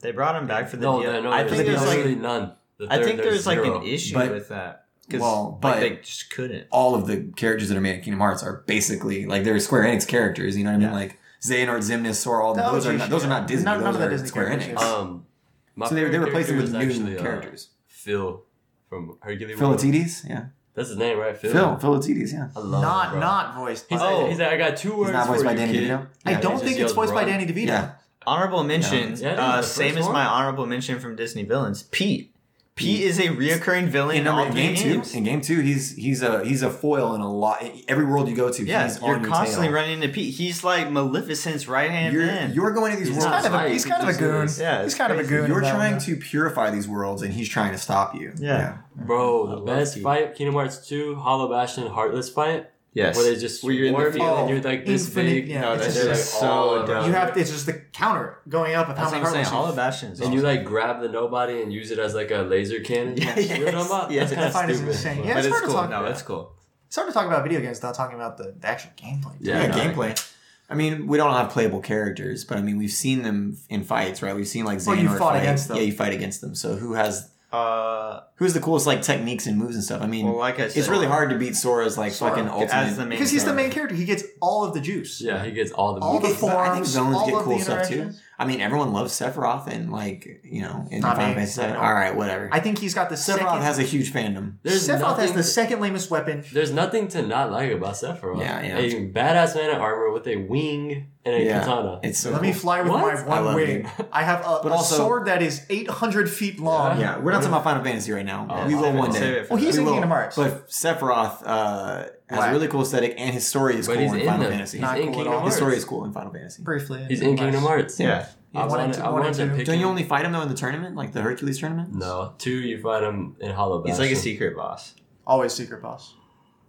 S4: they brought him back for the
S3: no,
S4: deal.
S3: no, no,
S4: I think
S5: the
S4: there's
S5: DLC.
S4: like
S3: literally none. The
S4: I
S3: third,
S4: think there's like
S3: zero.
S4: an issue
S5: But-
S4: with that because
S5: well,
S4: like
S5: but-
S4: they just couldn't.
S5: all of the characters that are made in Kingdom Hearts are basically like they're Square Enix characters. You know what I mean?
S4: Yeah.
S5: Like Xehanort, Zimnus, Sora. All
S2: The
S5: those are
S2: OG
S5: not, those are not
S2: shit.
S5: Disney.
S2: None-
S5: those
S2: none of
S5: are
S2: the Disney
S5: Square
S2: characters.
S5: Enix.
S3: Um, my
S5: so they they
S3: favorite
S5: replaced them with
S3: character
S5: new
S3: is actually, uh,
S5: characters.
S3: Phil from Hercules. World.
S5: Philatides, yeah.
S3: That's his name, right? Phil.
S5: Phil, Philatides, yeah.
S3: I love
S2: not
S3: him, bro.
S2: not voiced.
S3: He's,
S2: by-
S3: like, he's like, I got two words
S5: He's not voiced
S3: for
S5: by
S3: you,
S5: Danny
S3: kid.
S5: DeVito.
S2: I
S5: Yeah.
S2: don't
S3: just
S2: think it's
S3: yells
S2: voiced by
S3: run.
S2: Danny DeVito.
S5: Yeah,
S4: Honorable mention,
S3: Yeah,
S4: uh,
S3: the
S4: same
S3: first
S4: as
S3: one.
S4: my honorable mention from Disney villains. Pete. Pete is a reoccurring villain
S5: in,
S4: in all
S5: number,
S4: three
S5: in game two,
S4: games.
S5: in game two, he's he's a he's a foil in a lot. Every world you go to,
S4: Yeah,
S5: he's on
S4: you're
S5: your
S4: constantly
S5: tail.
S4: running into Pete. He's like Maleficent's right hand
S5: You're,
S4: man.
S5: you're going to these
S3: He's
S2: He's
S5: worlds.
S2: kind of a,
S3: Right,
S2: he's kind of a
S3: because
S2: goon.
S3: he's-
S4: yeah,
S2: he's
S4: it's
S2: kind of a
S4: crazy.
S2: goon. in
S5: You're
S2: that
S5: trying
S2: one.
S5: to purify these worlds, and he's trying to stop you.
S4: Yeah.
S3: Bro, the
S4: love
S3: best
S4: Pete.
S3: fight, Kingdom Hearts 2, Hollow Bastion, Heartless fight,
S4: yes.
S3: where they just
S4: Where you're in the
S3: swarm you
S4: field.
S3: and you're like this
S2: Infinite-
S3: big.
S2: yeah,
S4: No,
S2: it's
S4: that's
S2: just-
S3: like,
S4: just
S3: all
S4: so
S3: around
S4: dumb.
S2: You have to, it's just the counter going up of how
S4: That's
S2: many
S4: what I'm saying.
S2: heartless.
S4: Hollow
S2: you-
S4: Bastion is
S3: And you
S4: awesome.
S3: like grab the nobody and use it as like a laser cannon.
S4: Yeah,
S3: You know what I'm
S4: yes,
S3: about?
S4: yes.
S3: That's kind
S2: That
S3: of
S2: fight is
S3: stupid.
S2: insane. Yeah,
S4: But
S2: it's
S4: it's
S2: hard to
S4: cool.
S2: talk
S4: No,
S2: about.
S4: that's cool.
S2: It's hard to talk about video games without talking about the, the actual gameplay.
S3: Yeah.
S5: Yeah,
S3: no.
S5: gameplay. I mean, we don't have playable characters, but I mean, we've seen them in fights, right? We've seen like
S2: Well,
S5: Xehanort
S2: you fought
S5: fight.
S2: against them.
S5: Yeah, you fight against them. So who has
S4: Uh,
S5: who's the coolest like techniques and moves and stuff? I mean,
S4: well, like I said,
S5: it's really hard to beat Sora's like
S2: Sora,
S5: fucking ultimate.
S4: as the main
S2: Because he's the main character. He gets all of the juice.
S3: Yeah, he gets all the
S2: All the
S5: He gets- I think
S2: forms,
S5: zones
S2: all
S5: get
S2: of
S5: cool
S2: the
S5: stuff too.
S2: interactions.
S5: I mean, everyone loves Sephiroth and like you know in
S2: Not
S5: Final
S2: me.
S5: Fantasy VII. All right, whatever.
S2: I think he's got the
S5: Sephiroth
S2: second.
S5: has a huge fandom.
S3: There's
S2: Sephiroth has
S3: nothing,
S2: the second lamest weapon.
S3: there's nothing to not like about Sephiroth.
S5: Yeah, yeah.
S3: A badass man in armor with a wing and a
S5: Yeah.
S3: katana.
S5: It's so.
S2: Let
S5: cool.
S2: me fly with
S3: What?
S2: my
S5: I
S2: one
S5: love
S2: wing. I have a,
S5: But
S2: a
S5: also-
S2: sword that is 800 feet long.
S5: Yeah, we're not talking about Final Fantasy right now.
S3: Oh,
S5: we will
S3: save it,
S5: one
S4: save
S5: day.
S4: it for Well,
S2: he's that. in
S5: We will.
S2: Kingdom Hearts.
S5: But Sephiroth uh, has
S2: Whack.
S5: a really cool aesthetic, and his story is
S3: but
S5: cool
S3: he's
S5: in
S3: in
S5: Final
S3: them.
S5: Fantasy.
S3: He's
S2: Not
S3: in
S2: cool at
S3: Kingdom
S2: all.
S5: His
S3: Hearts.
S5: story is cool in Final Fantasy.
S2: Briefly.
S3: He's in Kingdom Hearts.
S4: Yeah.
S3: I
S2: Yeah, one and
S3: wanted,
S2: two,
S3: I
S2: one
S3: wanted
S2: and
S3: to
S2: two.
S3: pick
S5: Don't you
S3: him.
S5: only fight him though in the tournament, like the Hercules tournament?
S3: No, two you fight him in Hollow
S4: He's like a
S3: Bastion.
S4: secret boss.
S2: Always secret boss.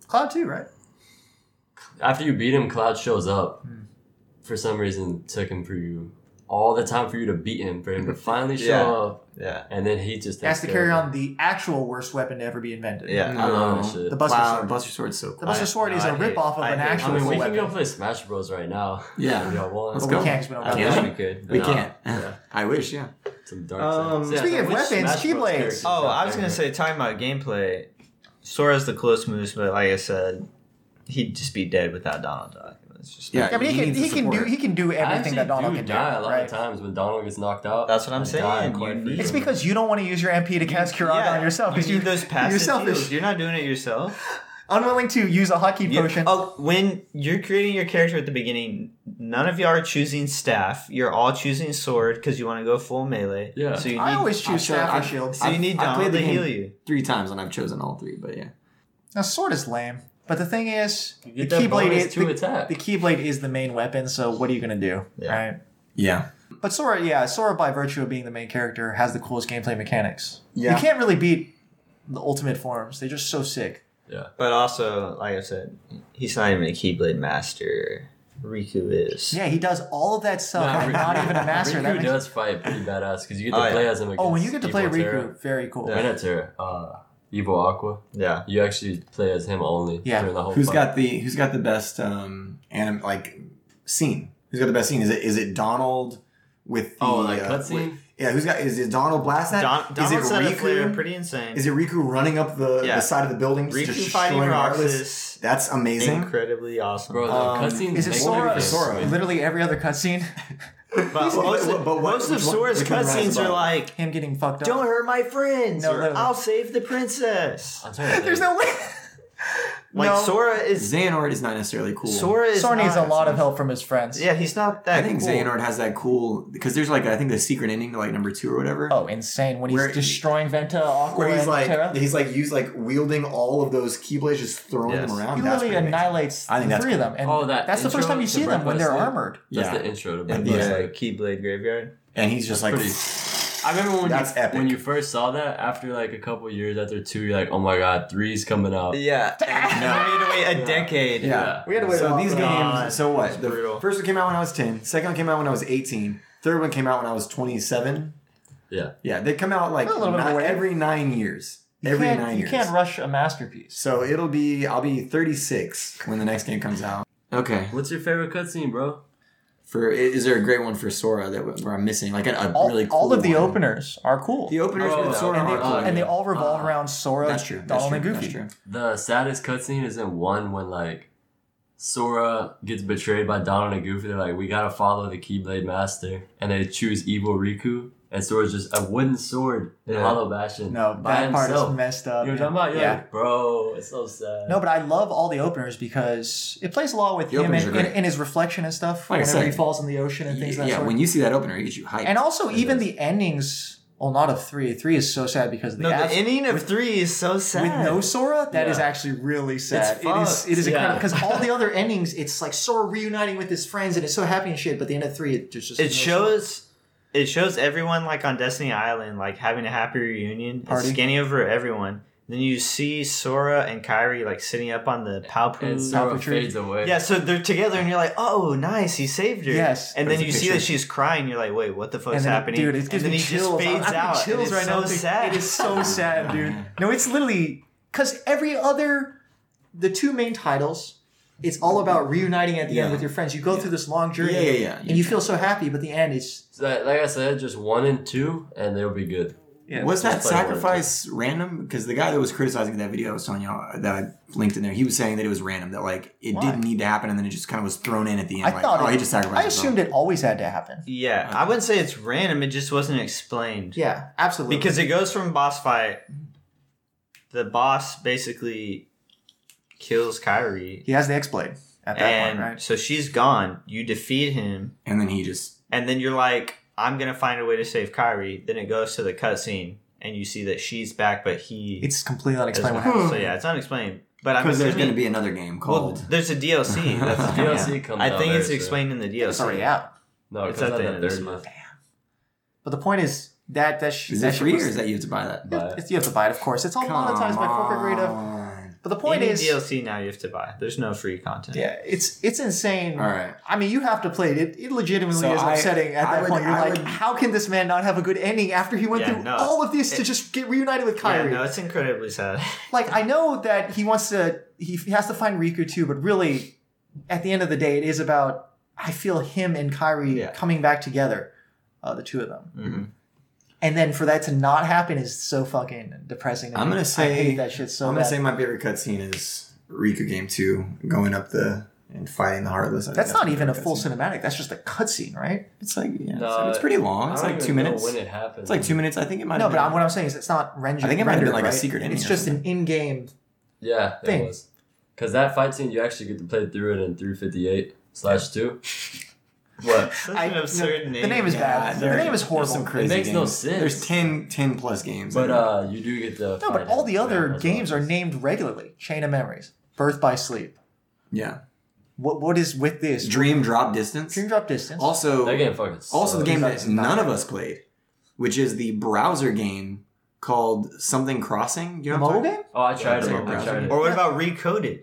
S2: Cloud too, right?
S3: After you beat him, Cloud shows up.
S2: Hmm.
S3: For some reason, took him for you all the time for you to beat him, for him to finally show
S4: Yeah.
S3: up,
S4: Yeah.
S3: and then he just
S2: He has to
S3: takes care
S2: carry
S3: of
S2: on the actual worst weapon to ever be invented.
S4: Yeah.
S3: I love
S5: No.
S3: that shit.
S2: The Buster
S5: Wow,
S2: Sword.
S5: Buster Sword's so
S2: The
S5: cool.
S2: Buster Sword
S4: no,
S2: is a
S4: I hate-
S2: ripoff of
S4: I
S2: an
S4: hate- I
S2: actual
S3: I mean, we
S2: weapon.
S3: can go play Smash Bros right now.
S5: Yeah.
S3: If y'all want.
S5: Let's
S2: But
S5: go.
S2: we can't 'cause we don't
S4: I
S2: have
S5: Yeah.
S4: wish
S2: that.
S4: we could.
S5: We
S3: No.
S5: can't.
S3: Yeah.
S5: I wish, yeah.
S3: Some dark
S4: Um,
S3: side.
S2: Speaking of
S3: which
S2: weapons,
S3: Smash Bros
S2: keyblades.
S3: character is
S4: Oh,
S3: your
S4: I was gonna
S3: favorite?
S4: say, talking about gameplay, Sora's the coolest moves, but like I said, he'd just be dead without Donald Duck. It's just
S5: Yeah.
S2: Yeah, but he,
S5: He
S2: can
S5: needs
S2: he
S5: the
S2: can do
S5: support.
S2: he can do
S3: I
S2: everything
S3: actually
S2: that Donald
S3: do
S2: can do.
S3: die a lot
S2: right?
S3: of times when Donald gets knocked out.
S4: That's what I'm
S3: I die
S4: saying.
S3: quite
S4: You
S3: frequently.
S4: need-
S2: It's because you don't want to use your MP to cast Cure
S4: Yeah,
S2: on yourself.
S4: You
S2: because
S4: need those passive
S2: You're selfish.
S4: heals. You're not doing it yourself.
S2: unwilling to use a hotkey
S4: You-
S2: potion.
S4: oh, when you're creating your character at the beginning, none of y'all are choosing staff. You're all choosing sword because you want to go full melee.
S3: Yeah.
S4: So you need,
S2: I always choose
S5: should- I
S2: staff.
S5: should-
S4: so you
S5: I've-
S4: need
S5: I've
S4: Donald
S5: played the
S4: to heal
S5: game.
S4: you.
S5: three times, and I've chosen all three. But yeah,
S2: Now sword is lame, but the thing is,
S3: You
S2: the
S3: get that
S2: keyblade
S3: bonus
S2: is
S3: to
S2: the,
S3: attack.
S2: the keyblade is the main weapon. So what are you gonna do,
S4: Yeah.
S2: right?
S5: yeah,
S2: But Sora, yeah, Sora by virtue of being the main character has the coolest gameplay mechanics.
S5: Yeah.
S2: You can't really beat the ultimate forms. They're just so sick.
S4: But also, like I said, he's not even a Keyblade master. Riku is.
S2: Yeah, he does all of that stuff.
S3: Nah,
S2: and
S3: Riku-
S2: not even a master.
S3: Riku
S2: that makes-
S3: does fight pretty badass because you get to
S4: Oh, yeah.
S3: play as him. Against
S2: oh, when you get to play
S3: Evil
S2: Riku,
S3: Terra-
S2: very cool.
S4: Yeah.
S3: Minotaur, uh, Evil Aqua.
S4: Yeah.
S3: You actually play as him only
S2: Yeah.
S3: during the whole
S5: who's
S3: fight.
S5: got the who's got the best um anim like scene? Who's got the best scene? Is it is it Donald with the
S3: Oh, like
S5: uh,
S3: cutscene?
S5: with- yeah, who's got is it Donald blast that?
S4: Don-
S5: is it
S4: Donald set a flare
S5: Riku?
S4: pretty insane.
S5: Is it Riku running up the,
S4: Yeah.
S5: the side of the building, just
S4: Riku fighting
S5: destroying Arliss?
S4: Roxas?
S5: That's amazing.
S4: Incredibly awesome.
S3: Bro, the
S5: Um,
S3: cutscene
S2: Is it
S5: Well,
S2: Sora?
S5: for Sora.
S2: Literally every other cutscene,
S4: But most,
S5: Well,
S4: of-
S5: but- but what-
S4: most of
S5: which one-
S4: Sora's
S5: which one
S4: cutscenes
S5: rise
S4: are
S5: above?
S4: like,
S2: him getting fucked
S4: don't
S2: up.
S4: hurt my friends,
S2: No,
S4: or
S2: literally.
S4: I'll save the princess.
S2: There's no way.
S4: Like,
S2: No.
S4: Sora is.
S5: Xehanort is not necessarily cool.
S4: Sora is.
S2: Sora needs a
S4: not-
S2: lot of help from his friends.
S4: Yeah, he's not that
S5: I think
S4: cool.
S5: Xehanort has that cool because there's like I think the secret ending to like number two or whatever.
S2: Oh, insane! When he's
S5: Where-
S2: destroying Venta, Aqua,
S5: Where he's
S2: and
S5: like,
S2: Terra,
S5: he's like, used like wielding all of those keyblades, just throwing
S4: Yes.
S5: them around.
S2: he
S5: That's
S2: literally
S5: pretty amazing.
S2: annihilates
S5: I think
S2: the
S5: that's
S2: three of them, and
S3: Oh, that
S2: that's the first
S3: intro
S2: time you
S3: to
S2: see them
S3: Breath
S2: when
S3: of
S2: they're
S3: the Wild.
S2: armored.
S3: That's
S5: Yeah.
S3: the intro to
S5: And
S3: Breath
S5: the,
S3: of the
S5: uh,
S3: Wild.
S4: Yeah, Keyblade Graveyard.
S5: and he's just like,
S3: Pretty- I remember when
S5: That's
S3: you,
S5: epic.
S3: when you first saw that after like a couple years after two, you're like, oh my god, three's coming out.
S4: Yeah. we had to wait a decade.
S5: yeah.
S2: We had to wait.
S5: So
S2: a
S5: these
S2: while.
S4: God.
S5: games, so what? The
S4: brutal.
S5: first one came out when I was ten. Second one came out when I was eighteen. Third one came out when I was twenty-seven.
S3: Yeah.
S5: Yeah, they come out like
S2: A little bit
S5: ni-
S2: of a wave.
S5: every nine years.
S2: You
S5: Every
S2: can't-
S5: nine
S2: you
S5: years.
S2: can't rush a masterpiece.
S5: so it'll be I'll be thirty-six when the next game comes out. Okay.
S3: What's your favorite cutscene, bro?
S5: For i- is there a great one for Sora that we- where I'm missing? Like a, a
S2: all,
S5: really cool
S2: all of the
S5: one.
S2: openers are cool.
S5: The openers
S3: Oh,
S5: with Sora
S3: and they-
S5: are cool.
S3: uh,
S2: and they all revolve
S3: Uh,
S2: around Sora,
S5: That's true. That's
S2: Donald,
S5: true.
S2: and Goofy.
S5: That's true.
S3: The saddest cutscene is in one when like Sora gets betrayed by Donald and Goofy. They're like, we gotta follow the Keyblade Master, and they choose evil Riku, and Sora's just a wooden sword in
S4: Yeah.
S3: Hollow Bastion.
S2: No,
S3: by
S2: that part
S3: himself.
S2: is messed up.
S3: You know what
S2: man.
S3: I'm talking about? You're
S2: yeah.
S3: like, bro, it's so sad.
S2: No, but I love all the openers because it plays a lot with
S5: The
S2: him
S5: openers
S2: and,
S5: are
S2: and,
S5: great.
S2: and his reflection and stuff
S5: Like I
S2: whenever
S5: said,
S2: he falls in the ocean and things
S5: yeah,
S2: like that. sort.
S5: when you see that opener, it gets you hyped.
S2: and also, even the endings. Well, not of three. Three is so sad because of the,
S4: No, the
S2: abs-
S4: ending of three is so sad.
S2: with no Sora. that is
S3: Yeah.
S2: actually really sad.
S4: It's
S2: it is.
S4: fucked.
S2: It is
S3: Yeah.
S2: incredible because all the other endings, it's like Sora reuniting with his friends and it's so happy and shit. But the end of three, it just, just
S4: it
S2: no
S4: shows it shows everyone like on Destiny Island like having a happy reunion,
S2: Party.
S4: and scanning over everyone. Then you see Sora and Kyrie like sitting up on the
S3: and
S4: Palpu.
S3: Sora
S2: Apple tree.
S3: fades away.
S4: yeah, so they're together, and you're like, "Oh, nice, he saved her."
S2: Yes.
S4: and
S5: There's
S4: then
S5: a
S4: you see
S5: picture.
S4: that she's crying. You're like, "Wait, what the fuck's
S2: And then,
S4: happening?"
S2: Dude, it gives
S4: and then
S2: me
S4: he
S2: chills.
S4: just fades
S2: I'm,
S4: out.
S2: I'm
S4: and
S2: chills
S4: it's
S2: right
S4: so
S2: now.
S4: sad.
S2: It is so sad, dude. No, it's literally because every other the two main titles, it's all about reuniting at the
S5: Yeah.
S2: end with your friends. You go through this long journey,
S5: Yeah, yeah, yeah.
S2: and you feel so happy, but the end is
S3: So that- like I said, just one and two, and they'll be good.
S2: yeah.
S5: was that
S3: Just play one or
S5: sacrifice random? Because the guy that was criticizing that video I was telling y'all that I linked in there, he was saying that it was random, that like it
S2: Why?
S5: didn't need to happen, and then it just kind of was thrown in at the end.
S2: I
S5: like,
S2: thought
S5: oh,
S2: it,
S5: he just sacrificed.
S2: I assumed it always had to happen.
S4: yeah, I wouldn't say it's random. It just wasn't explained.
S2: Uh, Yeah, absolutely.
S4: because it goes from boss fight. The boss basically kills Kyrie,
S2: he has the X blade at that
S4: and
S2: point, right?
S4: so she's gone. You defeat him,
S5: and then he just
S4: and then you're like, "I'm gonna find a way to save Kyrie." Then it goes to the cutscene, and you see that she's back, but he.
S2: It's completely Hmm.
S4: is
S2: unexplained what
S4: not.
S2: happened.
S4: So yeah, it's unexplained. But I'm
S5: because there's going to
S4: assuming
S5: be another game
S4: well,
S5: called.
S4: there's a DLC. That's
S5: Yeah.
S3: DLC comes
S4: I
S3: out
S4: think
S3: very
S4: it's
S3: soon.
S4: explained in the DLC.
S2: It's already out.
S3: No,
S4: It's
S3: it's comes
S4: at
S3: out
S4: the
S3: the
S4: end of this
S3: third month.
S4: month.
S2: But the point is that that sh-
S5: is
S2: that
S5: it
S2: shit
S5: free
S2: was-
S5: or is that you have to buy that?
S3: But
S2: It's, you have to buy it, of course. It's all monetized by corporate greed of.
S5: on.
S2: But the point
S4: Any
S2: is,
S4: DLC now you have to buy. There's no free content.
S2: yeah, it's it's insane.
S5: All right.
S2: I mean, you have to play it. It, it legitimately
S5: So
S2: is
S5: I-
S2: upsetting at
S5: I
S2: that
S5: would-
S2: point. You're
S5: I
S2: like,
S5: would-
S2: how can this man not have a good ending after he went
S4: Yeah,
S2: through
S4: no.
S2: all of this to just get reunited with
S4: Yeah,
S2: Kyrie?
S4: no, it's incredibly sad.
S2: Like, I know that he wants to, he, he has to find Riku too, but really, at the end of the day, it is about, I feel him and Kyrie
S4: Yeah.
S2: coming back together, uh, the two of them.
S5: Mm-hmm.
S4: Mhm.
S2: And then for that to not happen is so fucking depressing. to
S5: I'm
S2: me.
S5: gonna
S2: I
S5: say-
S2: hate that shit so
S5: I'm
S2: bad.
S5: gonna say my favorite cutscene is Riku Game Two going up the and fighting the Heartless. I think
S2: that's not
S5: my
S2: even a
S5: favorite
S2: full
S5: cutscene.
S2: cinematic. That's just a cutscene, right?
S5: It's like yeah,
S3: No,
S5: it's, it's pretty long.
S3: I
S5: It's
S3: don't
S5: like
S3: even
S5: two
S3: know
S5: minutes.
S3: when it happened.
S5: It's like two minutes. I think it might.
S2: No,
S5: have
S2: but
S5: been-
S2: I'm, what I'm saying is it's not rendered.
S5: I think it might have been
S2: rendered,
S5: like a
S2: right?
S5: secret ending
S2: It's
S5: or
S2: just an
S5: something.
S2: in-game
S3: Yeah,
S2: thing.
S3: it was. Because that fight scene, you actually get to play through it in 358 slash 2. What?
S4: Such
S2: I-
S4: an absurd name.
S2: The name is bad.
S5: there-
S2: The name is
S5: there's
S2: horrible.
S5: Some crazy
S3: makes no
S5: games.
S3: sense.
S5: There's 10, 10 plus games.
S3: But uh, you do get the.
S2: No, but all the other games are named regularly. Chain of Memories, Birth by Sleep.
S5: yeah,
S2: What what is with this?
S5: Dream Drop Distance.
S2: Dream Drop Distance.
S5: Also,
S3: That game fucking. Sucks.
S5: also the game
S2: That's
S5: that none of us played, which is the browser game called something Crossing. You
S2: the
S5: know what I'm
S2: mobile game?
S3: Oh, I tried
S5: it's
S3: it.
S5: like a
S3: I tried
S5: browser.
S3: it.
S4: Or what about Recoded?
S5: talking about?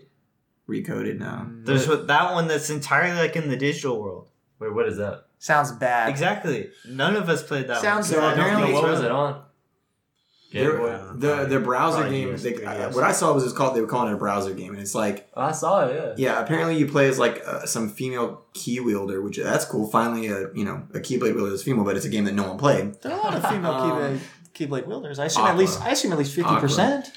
S5: Recoded now.
S3: Mm.
S4: There's what, that one that's entirely like in the digital world.
S3: Wait, what is that?
S2: Sounds bad.
S4: Exactly. None of us played that
S2: Sounds
S4: one.
S5: So
S4: I don't
S5: apparently
S4: think
S3: No,
S5: it's
S3: what
S4: it's
S3: was
S4: relevant.
S3: it on? Game
S5: There-
S3: Boy.
S5: the the browser
S4: Probably
S5: game.
S4: US,
S5: They, I-
S4: yes.
S5: what I saw was it was called. They were calling it a browser game, and it's like
S3: Oh, I saw it. Yeah.
S5: yeah. Apparently, you play as like uh, some female key wielder, which that's cool. Finally, a you know a keyblade wielder is female, but it's a game that no one played.
S2: There are a lot of female
S5: Um,
S2: keyblade, keyblade wielders. I assume
S5: Aqua.
S2: at least I assume at least fifty percent.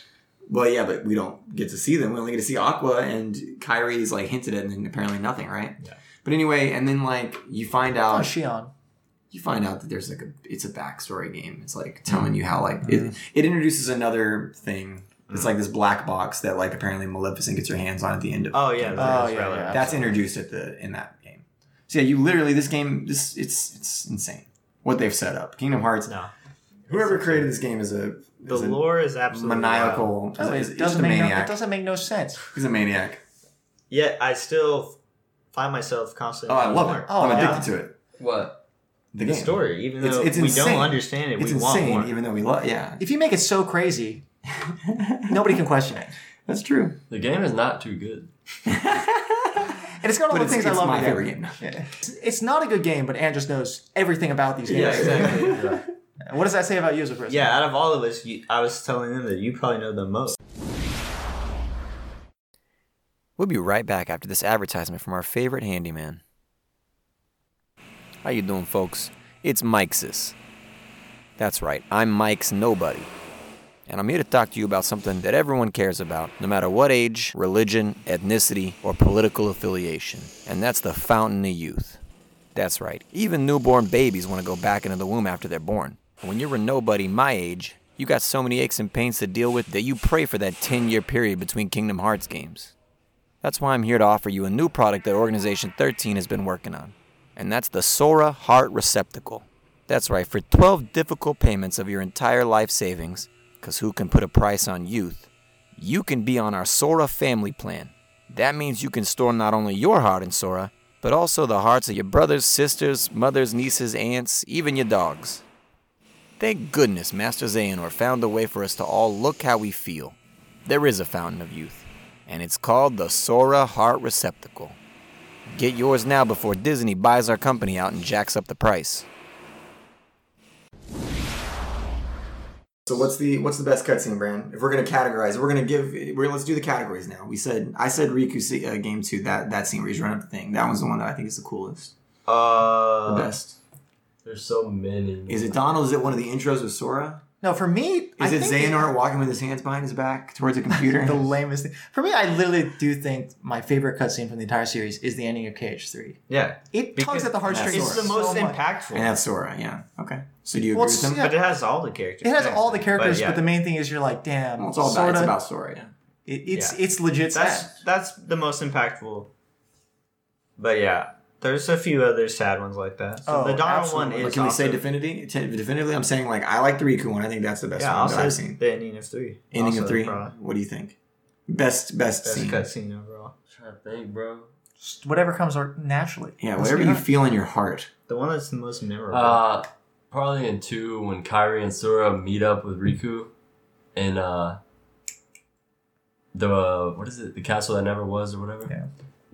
S5: Well, yeah, but we don't get to see them. We only get to see Aqua and Kyrie's like hinted at, and then apparently nothing, right?
S4: Yeah.
S5: But anyway, and then like you find
S2: Oh,
S5: out
S2: Shion.
S5: you find out that there's like a it's a backstory game. It's like
S2: Mm.
S5: telling you how like it, it introduces another thing. It's
S2: Mm.
S5: like this black box that like apparently Maleficent gets her hands on at the end of.
S4: Oh yeah.
S2: Oh,
S4: it's
S2: yeah,
S4: relevant.
S2: yeah.
S5: that's introduced at the in that game. So yeah, you literally this game this it's it's insane what they've set up. Kingdom Hearts.
S4: No.
S5: Whoever created this game is a
S4: The
S5: is a
S4: lore is absolutely wild.
S5: maniacal.
S2: Oh,
S5: is-
S2: it
S5: is just a
S2: doesn't make no, it
S5: maniac.
S2: doesn't make no sense.
S5: He's a maniac.
S4: Yet I still find myself constantly.
S5: Oh, I love it.
S2: Oh,
S5: I'm
S2: yeah.
S5: addicted to it.
S3: What?
S5: The,
S4: the
S5: game.
S4: story, even
S5: It's-
S4: though
S5: it's
S4: we
S5: insane.
S4: don't understand it,
S5: It's
S4: we
S5: insane,
S4: want more.
S5: even though we love. Yeah,
S2: If you make it so crazy, nobody can question it.
S5: that's true.
S3: The game is not too good.
S2: And it's got all
S5: But
S2: the
S5: it's,
S2: things I
S5: it's
S2: love.
S5: my
S2: about
S5: favorite game.
S2: Yeah. It's- It's not a good game, but Andrus knows everything about these games.
S5: Yeah,
S4: exactly.
S3: Yeah.
S2: What does that say about you as a person?
S4: Yeah, out of all of us, you, I was telling them that you probably know the most.
S1: We'll be right back after this advertisement from our favorite handyman. How you doing, folks? It's Mikesis. That's right, I'm Mike's nobody. And I'm here to talk to you about something that everyone cares about, no matter what age, religion, ethnicity, or political affiliation. And that's the fountain of youth. That's right, even newborn babies want to go back into the womb after they're born. And when you're a nobody my age, you got so many aches and pains to deal with that you pray for that 10 year period between Kingdom Hearts games. That's why I'm here to offer you a new product that Organization 13 has been working on, and that's the Sora Heart Receptacle. That's right, for 12 difficult payments of your entire life savings, because who can put a price on youth? You can be on our Sora family plan. That means you can store not only your heart in Sora, but also the hearts of your brothers, sisters, mothers, nieces, aunts, even your dogs. Thank goodness Master Xehanort found a way for us to all look how we feel. There is a fountain of youth, and it's called the Sora Heart Receptacle. Get yours now before Disney buys our company out and jacks up the price.
S5: So what's the what's the best cutscene, Brand? If we're gonna categorize, it, we're gonna give. We're let's do the categories now. We said I said Riku se- uh, game two that that scene where he's running up the thing. That one's the one that I think is the coolest, the
S4: Uh,
S5: best.
S3: There's so many.
S5: Is it Donald? Is it one of the intros with Sora?
S2: No, for me, I
S5: Is it
S2: think
S5: Xehanort walking with his hands behind his back towards a computer?
S2: The lamest thing. For me, I literally do think my favorite cutscene from the entire series is the ending of KH3.
S4: yeah,
S2: It
S4: Because
S2: tugs at the heartstrings.
S4: it's the most
S2: so much.
S4: impactful.
S5: and that's Sora. Yeah. Okay. So do you agree
S2: Well,
S5: with
S2: it's-
S5: him?
S2: yeah.
S4: But it has all the characters.
S2: It has all the
S4: But
S2: characters, but,
S4: yeah,
S2: the main thing is you're like, damn,
S5: Well, it's all about,
S2: sorta-
S5: it's about Sora. Yeah.
S2: it- it's
S4: Yeah.
S2: it's legit. sad.
S4: that's that's the most impactful. But yeah, there's a few other sad ones like that. So
S2: Oh,
S4: the Donald
S2: absolutely.
S4: one
S5: But
S4: is.
S5: can we say
S4: awesome.
S5: definitively? Definitively, I'm saying like I like the Riku one. I think that's the best
S4: Yeah,
S5: one that
S4: also
S5: I've seen.
S4: the ending of three.
S5: Ending
S4: Also
S5: of three.
S4: probably
S5: What do you think? Best best,
S4: Best
S5: scene.
S4: cutscene overall.
S3: I'm trying to think, bro.
S2: Just whatever comes or- naturally.
S5: Yeah,
S2: Let's
S5: whatever
S2: be
S5: you
S2: honest.
S5: feel in your heart.
S4: The one that's the most memorable.
S3: Uh, probably in two when Kyrie and Sora meet up with Riku, and uh, the what is it? The castle that never was, or whatever.
S2: Yeah.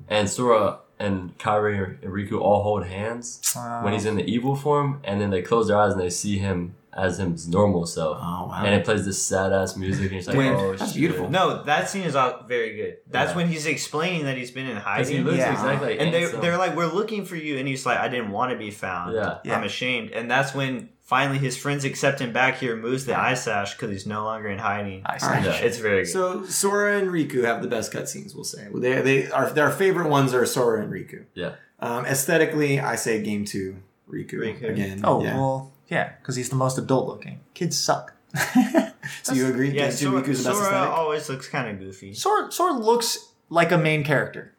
S3: And Sora and Kyrie and Riku all hold hands
S2: Wow.
S3: when he's in the evil form, and then they close their eyes and they see him as his normal self.
S5: Oh wow.
S3: And it plays this sad ass music, and he's like,
S5: Wait,
S3: "Oh,
S5: that's
S3: shit."
S5: beautiful.
S4: no, that scene is all very good. That's
S3: Yeah.
S4: when he's explaining that he's been in
S3: 'Cause he
S4: hiding.
S3: looks
S2: Yeah.
S3: exactly like
S4: and they
S3: Ansem.
S4: they're like, "We're looking for you," and he's like, "I didn't want to be found.
S3: Yeah.
S2: Yeah.
S4: I'm ashamed." And that's when finally his friends accept him back. He removes the eye sash because he's no longer in hiding.
S2: I see.
S5: All right.
S3: Yeah.
S4: It's very good.
S5: So Sora and Riku have the best cutscenes. We'll say well, they they are their favorite ones are Sora and Riku.
S3: Yeah.
S5: Um, aesthetically, I say game two Riku,
S4: Riku.
S5: again.
S2: Oh
S5: yeah.
S2: well, yeah, because he's the most adult looking. Kids suck. That's-
S5: so you agree?
S4: yeah,
S5: game two
S4: Sora,
S5: Riku's the best
S4: Sora
S5: aesthetic.
S4: always looks kind of goofy.
S2: Sora Sora looks like a main character.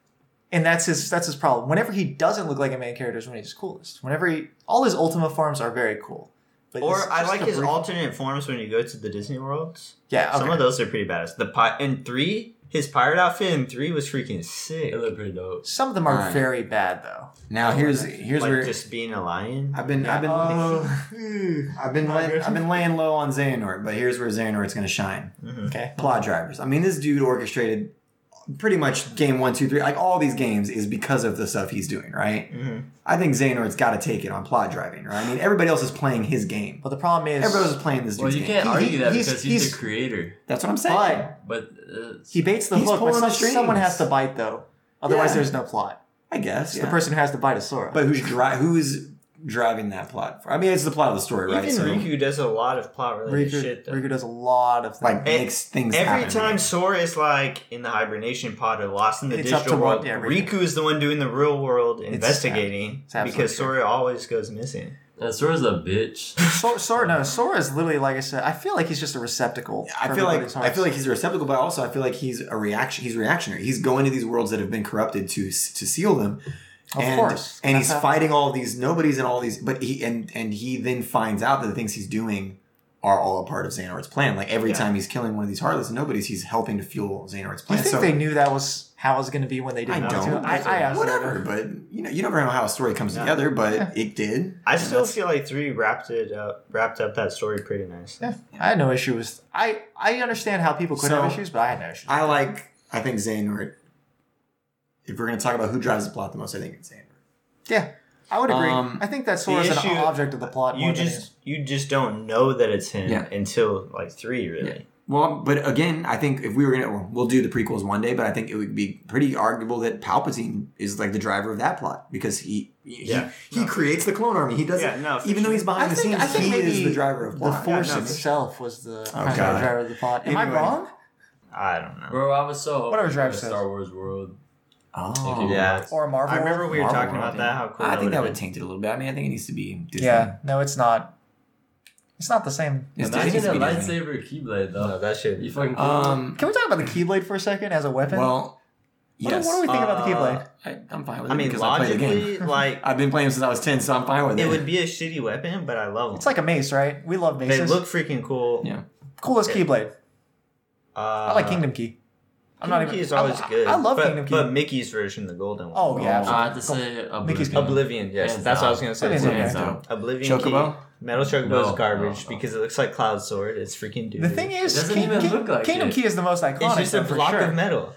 S2: And that's his that's his problem. Whenever he doesn't look like a main character is when he's coolest. Whenever he all his Ultima forms are very cool. But
S4: Or
S2: it's
S4: I
S2: just
S4: like
S2: a
S4: his
S2: brief-
S4: alternate forms when you go to the Disney worlds.
S2: Yeah, okay.
S4: Some of those are pretty badass. The pi- in three, his pirate outfit in three was freaking sick.
S3: It looked pretty dope.
S2: Some of them are
S5: Alright.
S2: very bad though.
S5: Now here's here's
S4: like
S5: where
S4: just being a lion.
S5: I've been I've been I've been laying, I've been laying low on Xehanort, but here's where Xehanort's going to shine.
S2: Okay.
S5: Plot drivers. I mean, this dude orchestrated pretty much game one, two, three, like all these games is because of the stuff he's doing, right?
S4: Mhm.
S5: I think Xehanort's got to take it on plot driving, right? I mean, everybody else is playing his game.
S2: But the problem is
S5: Everybody else is playing this dude's
S3: Well, you
S5: game.
S3: can't
S2: He-
S3: argue
S2: he-
S3: that
S2: he's-
S3: because he's,
S2: he's-
S3: the creator.
S5: That's what I'm saying.
S2: but
S3: But uh,
S2: he baits the
S5: He's
S2: hook, but
S5: pulling the
S2: some- someone
S5: strings.
S2: has to bite though. Otherwise
S5: Yeah.
S2: there's no plot.
S5: I guess.
S2: The
S5: yeah.
S2: person who has to bite is Sora.
S5: but who's dri- who's driving that plot? I mean, it's the plot of the story, right?
S4: Even
S5: So,
S4: Riku does a lot of plot related
S2: Riku,
S4: shit. Though.
S2: Riku does a lot of things.
S5: like
S4: And
S5: makes things
S4: Every
S5: happen.
S4: time Sora is like in the hibernation pod or lost in the
S2: It's up
S4: digital
S2: to one-
S4: world,
S2: yeah, Riku.
S4: Riku. is the one doing the real world investigating
S2: it's absolutely
S4: because
S2: true.
S4: Sora always goes missing.
S3: that Sora's a bitch.
S2: So, Sora, no, Sora is literally like I said. I feel like he's just a receptacle.
S5: I
S2: for
S5: feel like
S2: everybody's
S5: I
S2: hearts.
S5: feel like he's a receptacle, but also I feel like he's a reaction. He's reactionary. He's going to these worlds that have been corrupted to to seal them.
S2: Of
S5: and,
S2: course.
S5: and he's
S2: That's how-
S5: fighting all these nobodies and all these. But he and and he then finds out that the things he's doing are all a part of Xehanort's plan. Like every
S4: Yeah.
S5: time he's killing one of these heartless nobodies, he's helping to fuel Xehanort's
S2: Do
S5: plan.
S2: you think
S5: so
S2: they knew that was how it was going to be when they
S5: I
S2: didn't?
S5: don't.
S2: do it? I, I absolutely
S5: whatever.
S2: don't.
S5: But you know, you never know how a story comes
S4: Yeah.
S5: together. But
S2: Yeah.
S5: it did.
S4: I
S5: And
S4: still
S5: that's-
S4: feel like three wrapped it up, wrapped up that story pretty nice.
S2: Yeah. I had no issue with. I I understand how people could
S5: So-
S2: have issues, but I had no issues.
S5: I like. I think Xehanort. If we're going to talk about who drives the plot the most, I think it's Xehanort.
S2: yeah, I would agree.
S5: Um,
S2: I think that Sora's
S4: issue-
S2: an object of the plot.
S4: You
S2: more than
S4: just you just don't know that it's him
S5: Yeah.
S4: until like three really.
S5: Well, but again, I think if we were gonna, well, we'll do the prequels one day, but I think it would be pretty arguable that Palpatine is like the driver of that plot because he, he
S4: Yeah.
S5: he creates the clone army. He doesn't,
S4: Yeah, no, for
S5: even though
S4: sure.
S5: he's behind
S2: I
S5: the
S2: think- I
S5: scenes,
S2: think
S5: he is
S2: maybe
S5: the driver of
S2: the
S5: plot.
S2: force
S4: no, Oh, it's-
S2: itself was the primary
S5: God.
S2: driver of the plot. Am I
S5: Anyway.
S2: wrong?
S4: I don't know.
S3: Bro, I was so hoping
S2: Whatever
S3: for
S2: Drive
S3: a
S2: says.
S3: Star Wars world.
S5: oh,
S3: Yeah.
S2: Or Marvel?
S4: I remember we were
S5: Marvel
S4: talking about
S5: World,
S4: that. How cool!
S5: I think that would
S4: take.
S5: taint it a little bit. I mean, I think it needs to be Disney.
S2: Yeah. No, it's not. It's not the same.
S5: It's Disney.
S3: Imagine a
S5: It needs to be Disney.
S3: lightsaber keyblade
S4: No,
S3: though.
S4: that should.
S3: You fucking cool.
S5: Um.
S2: Can we talk about the Keyblade for a second as a weapon?
S5: Well,
S2: What,
S5: yes.
S2: do- what do we think about the
S4: Uh,
S2: Keyblade?
S5: I, I'm fine with it.
S4: I mean,
S5: because I play the game.
S4: logically, like
S5: I've been playing since I was ten, so I'm fine with it.
S4: it would be a shitty weapon, but I love them.
S2: It's like a mace, right? We love maces.
S4: they look freaking cool.
S5: yeah.
S2: coolest Keyblade.
S4: Uh,
S2: I like Kingdom Key. I'm not even.
S4: Key is
S2: I-
S4: always
S2: I,
S4: good.
S2: I, love
S4: but,
S2: Kingdom Key.
S4: But Mickey's version, the golden one.
S2: oh yeah,
S3: I have
S2: absolutely.
S3: to say
S2: Mickey's
S3: Oblivion.
S4: Oblivion. Yes,
S3: Hands
S4: that's what I
S3: down.
S4: was gonna
S2: Hands
S4: say. Oblivion.
S3: Hands
S2: down.
S3: down.
S4: Oblivion
S5: Chocobo?
S4: Key. Metal Chocobo
S3: No,
S4: is garbage
S3: no, no.
S4: because it looks like Cloud Sword. It's freaking dude.
S2: the thing is,
S3: It doesn't
S2: King-
S3: even
S2: King-
S3: look like
S2: Kingdom
S3: it.
S2: Key is the most iconic.
S4: it's just a
S2: though, for
S4: block
S2: sure.
S4: of metal.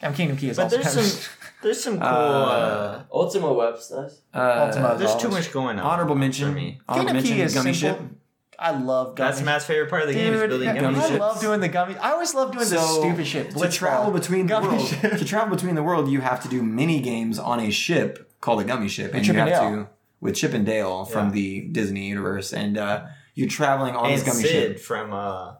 S2: And Kingdom Key is
S4: But
S2: also
S4: there's
S2: kind of-
S4: some, there's some cool.
S5: Uh,
S4: Uh,
S3: Ultima Webs. Nice.
S5: Uh,
S2: Ultima is
S4: there's too
S2: always-
S4: much going on.
S5: Honorable mention.
S4: for me.
S5: Honorable
S2: Kingdom Key
S5: mention.
S2: is
S5: Gummy
S2: simple.
S5: ship.
S2: I love gummy.
S4: That's Matt's favorite part of the game is
S2: Dude,
S4: building
S2: yeah,
S4: gummy
S5: gummy
S2: I
S5: shit.
S4: ships.
S2: love doing the gummy. I always love doing the stupid shit.
S5: To
S2: Blitz
S5: travel
S2: ball.
S5: between the
S2: gummy
S5: world,
S2: shit.
S5: to travel between the world, you have to do mini games on a ship called a gummy ship, and
S2: Chip
S5: you
S2: and
S5: have
S2: Dale.
S5: to with Chip and Dale from
S4: Yeah.
S5: the Disney universe, and uh, you're traveling on
S4: And
S5: this gummy
S4: Sid
S5: ship.
S4: from uh,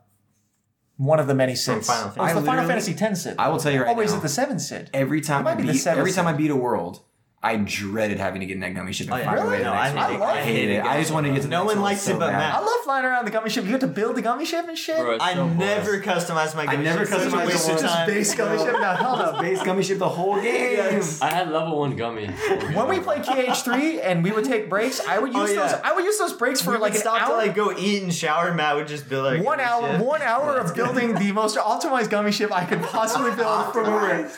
S2: One of the many sins. Oh,
S4: Final
S2: it's
S5: Fantasy.
S2: the
S5: I
S2: Final
S5: literally-
S2: Fantasy X Sid.
S5: I will tell you right
S2: oh, wait, is
S5: now,
S2: it the Seven Sid?
S5: every time
S2: might
S5: I
S2: be the
S5: beat,
S2: seventh
S5: every time I
S2: Sid.
S5: beat a world, I dreaded having to get in that gummy ship and
S4: Oh, yeah.
S5: find a way
S4: Really?
S5: to the
S4: No,
S5: next
S4: I
S5: world.
S4: hated
S5: I
S4: it.
S5: hated it. I just wanted to get to the
S4: No
S5: next
S4: one
S5: world
S4: likes it
S5: so
S4: but
S5: bad.
S4: Matt.
S2: I love flying around the gummy ship. You have to build the gummy ship and shit.
S3: Bro, it's
S4: I
S3: so
S4: never
S3: boring.
S4: customized my
S5: I
S4: gummy
S5: never
S4: ship. Such a
S5: customized
S4: waste
S5: the
S4: of
S5: one.
S4: time.
S2: Base gummy ship. Now, hold up.
S5: Base gummy ship the whole game.
S3: I had level one gummy.
S2: When we play KH3 and we would take breaks, I would
S4: Oh,
S2: use
S4: yeah.
S2: those. I would use those breaks for
S4: We
S2: like
S4: would
S2: an
S4: stop
S2: hour,
S4: to like go eat and shower. Matt would just build like
S2: one hour, one hour of building the most optimized gummy ship I could possibly build from a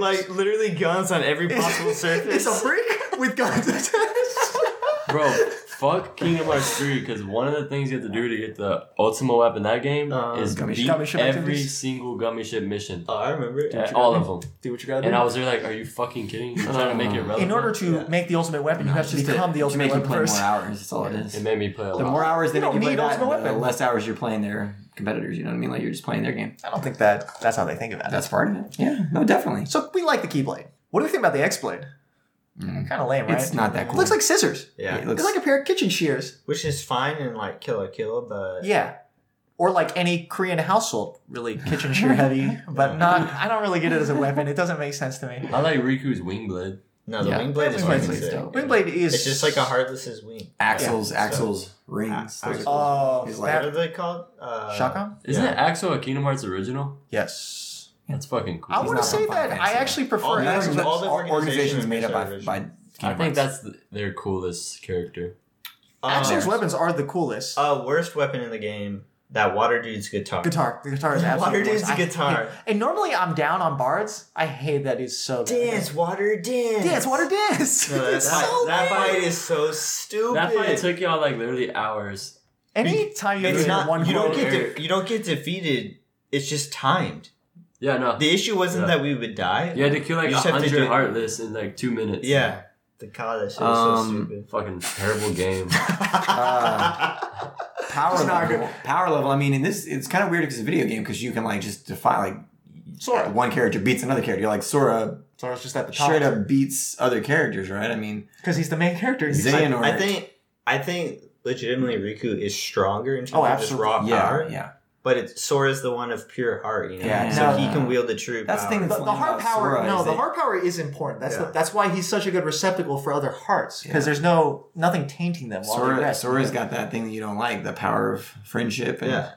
S4: like literally guns on every possible surface.
S2: brick with guns attached.
S3: Bro, fuck Kingdom Hearts 3 because one of the things you have to do to get the Ultima Web in that game
S4: Uh,
S3: is
S5: gummy
S3: beat
S5: ship.
S2: Gummy ship
S3: every
S2: activities?
S3: single gummy ship mission.
S4: oh, I remember. it.
S3: Yeah, all of them.
S2: Do what you gotta
S3: And I was there like, are you fucking kidding? You're trying to make it relevant.
S2: Uh, In order to
S4: Yeah.
S2: make the ultimate weapon, you have to
S5: Just to-
S2: become the
S5: to
S2: ultimate
S5: make you
S2: weapon
S5: play more
S2: first.
S5: hours. That's all it is.
S3: it made me play a
S5: The
S3: lot.
S5: more hours they
S2: You
S5: make
S2: don't
S5: you play
S2: need
S5: that,
S2: Ultimate
S5: the
S2: Weapon.
S5: less hours you're playing their competitors. You know what I mean? Like you're just playing their game.
S2: I don't think that that's how they think about it.
S5: That's part of it. Yeah. No, definitely.
S2: So we like the Keyblade. What do we think about the X Blade? Kind of lame, right?
S5: Mm. It's not that
S2: It
S5: cool.
S2: looks like scissors.
S4: Yeah.
S5: It
S2: It's
S5: looks
S2: like a pair of kitchen shears.
S4: which is fine in like Kill a Kill, but
S2: Yeah. Or like any Korean household, really kitchen shear heavy, but not. I don't really get it as a weapon. It doesn't make sense to me.
S3: I like Riku's wing blade.
S4: no, the
S5: Yeah.
S4: wing blade is
S2: Wing
S4: fucking
S2: blade's
S4: sick.
S5: dope.
S2: Wingblade is
S4: It's just like a heartless's wing.
S5: axles,
S4: Yeah.
S5: axles, rings.
S4: Ah,
S5: Those
S4: axles.
S5: are-
S2: Oh,
S5: He's
S4: What
S5: like-
S2: that-
S4: are they called? Uh,
S2: Shotgun?
S3: Isn't
S4: Yeah.
S3: it Axel a Kingdom Hearts original?
S2: Yes.
S3: That's fucking cool.
S2: I want to
S5: not
S2: say
S5: from Final
S2: that I
S5: Fantasy.
S2: actually prefer.
S4: All the
S2: Axel
S4: actual-
S2: Rose.
S4: all the
S5: Or-
S4: organizations
S5: organizations made up by,
S4: are
S5: by
S3: I think that's the, their coolest character.
S4: Um,
S2: Axel's weapons are the coolest.
S4: Uh, worst weapon in the game. That water dude's guitar.
S2: guitar. The guitar is
S4: Water
S2: absolutely. the
S4: dude's
S2: worst. I
S4: guitar.
S2: hate- and normally I'm down on bards. I hate that he's so bad.
S4: Dance, water, dance.
S2: Dance, water dance.
S4: No, that,
S2: It's
S4: fight,
S2: so
S4: that
S2: bad.
S4: fight is so stupid.
S3: That fight took y'all like literiterally hours.
S2: Anytime you
S4: it's
S2: hear
S4: not.
S2: one
S4: you don't
S2: quote-
S4: get
S3: Eric.
S4: de- you don't get defeated. It's just timed.
S3: Yeah, no.
S4: The issue wasn't
S3: Yeah.
S4: that we would die.
S3: You had to kill like
S4: You
S3: a
S4: just have to do
S3: hundred
S4: it-
S3: heartless in like two minutes.
S4: Yeah. The god, that shit was so
S5: Um,
S4: stupid.
S3: Fucking terrible game.
S5: power
S2: It's not
S5: level. Power level. I mean, in this, it's kind of weird because it's a video game because you can like just defy like
S2: Sora.
S5: one character beats another character. You're like Sora
S2: Sora's just at the top.
S5: straight up beats other characters, right? I mean,
S2: because he's the main character. He's-
S5: Zay- Xehanort.
S4: I think I think legitimately Riku is stronger in terms
S2: Oh,
S4: of just raw
S5: yeah,
S4: power.
S5: yeah.
S4: But it's Sora's the one of pure heart, you know.
S5: Yeah,
S4: so
S2: no.
S4: he can wield the true
S5: That's the
S4: power.
S5: thing
S2: the, the heart
S5: About
S2: power.
S5: Sora
S2: no,
S5: is
S2: the
S5: that-
S2: heart power is important. That's
S4: Yeah.
S2: the, that's why he's such a good receptacle for other hearts because there's no nothing tainting them. While they
S5: Sora,
S2: rest.
S5: Sora's got that thing that you don't like, the power of friendship. And,
S4: Yeah.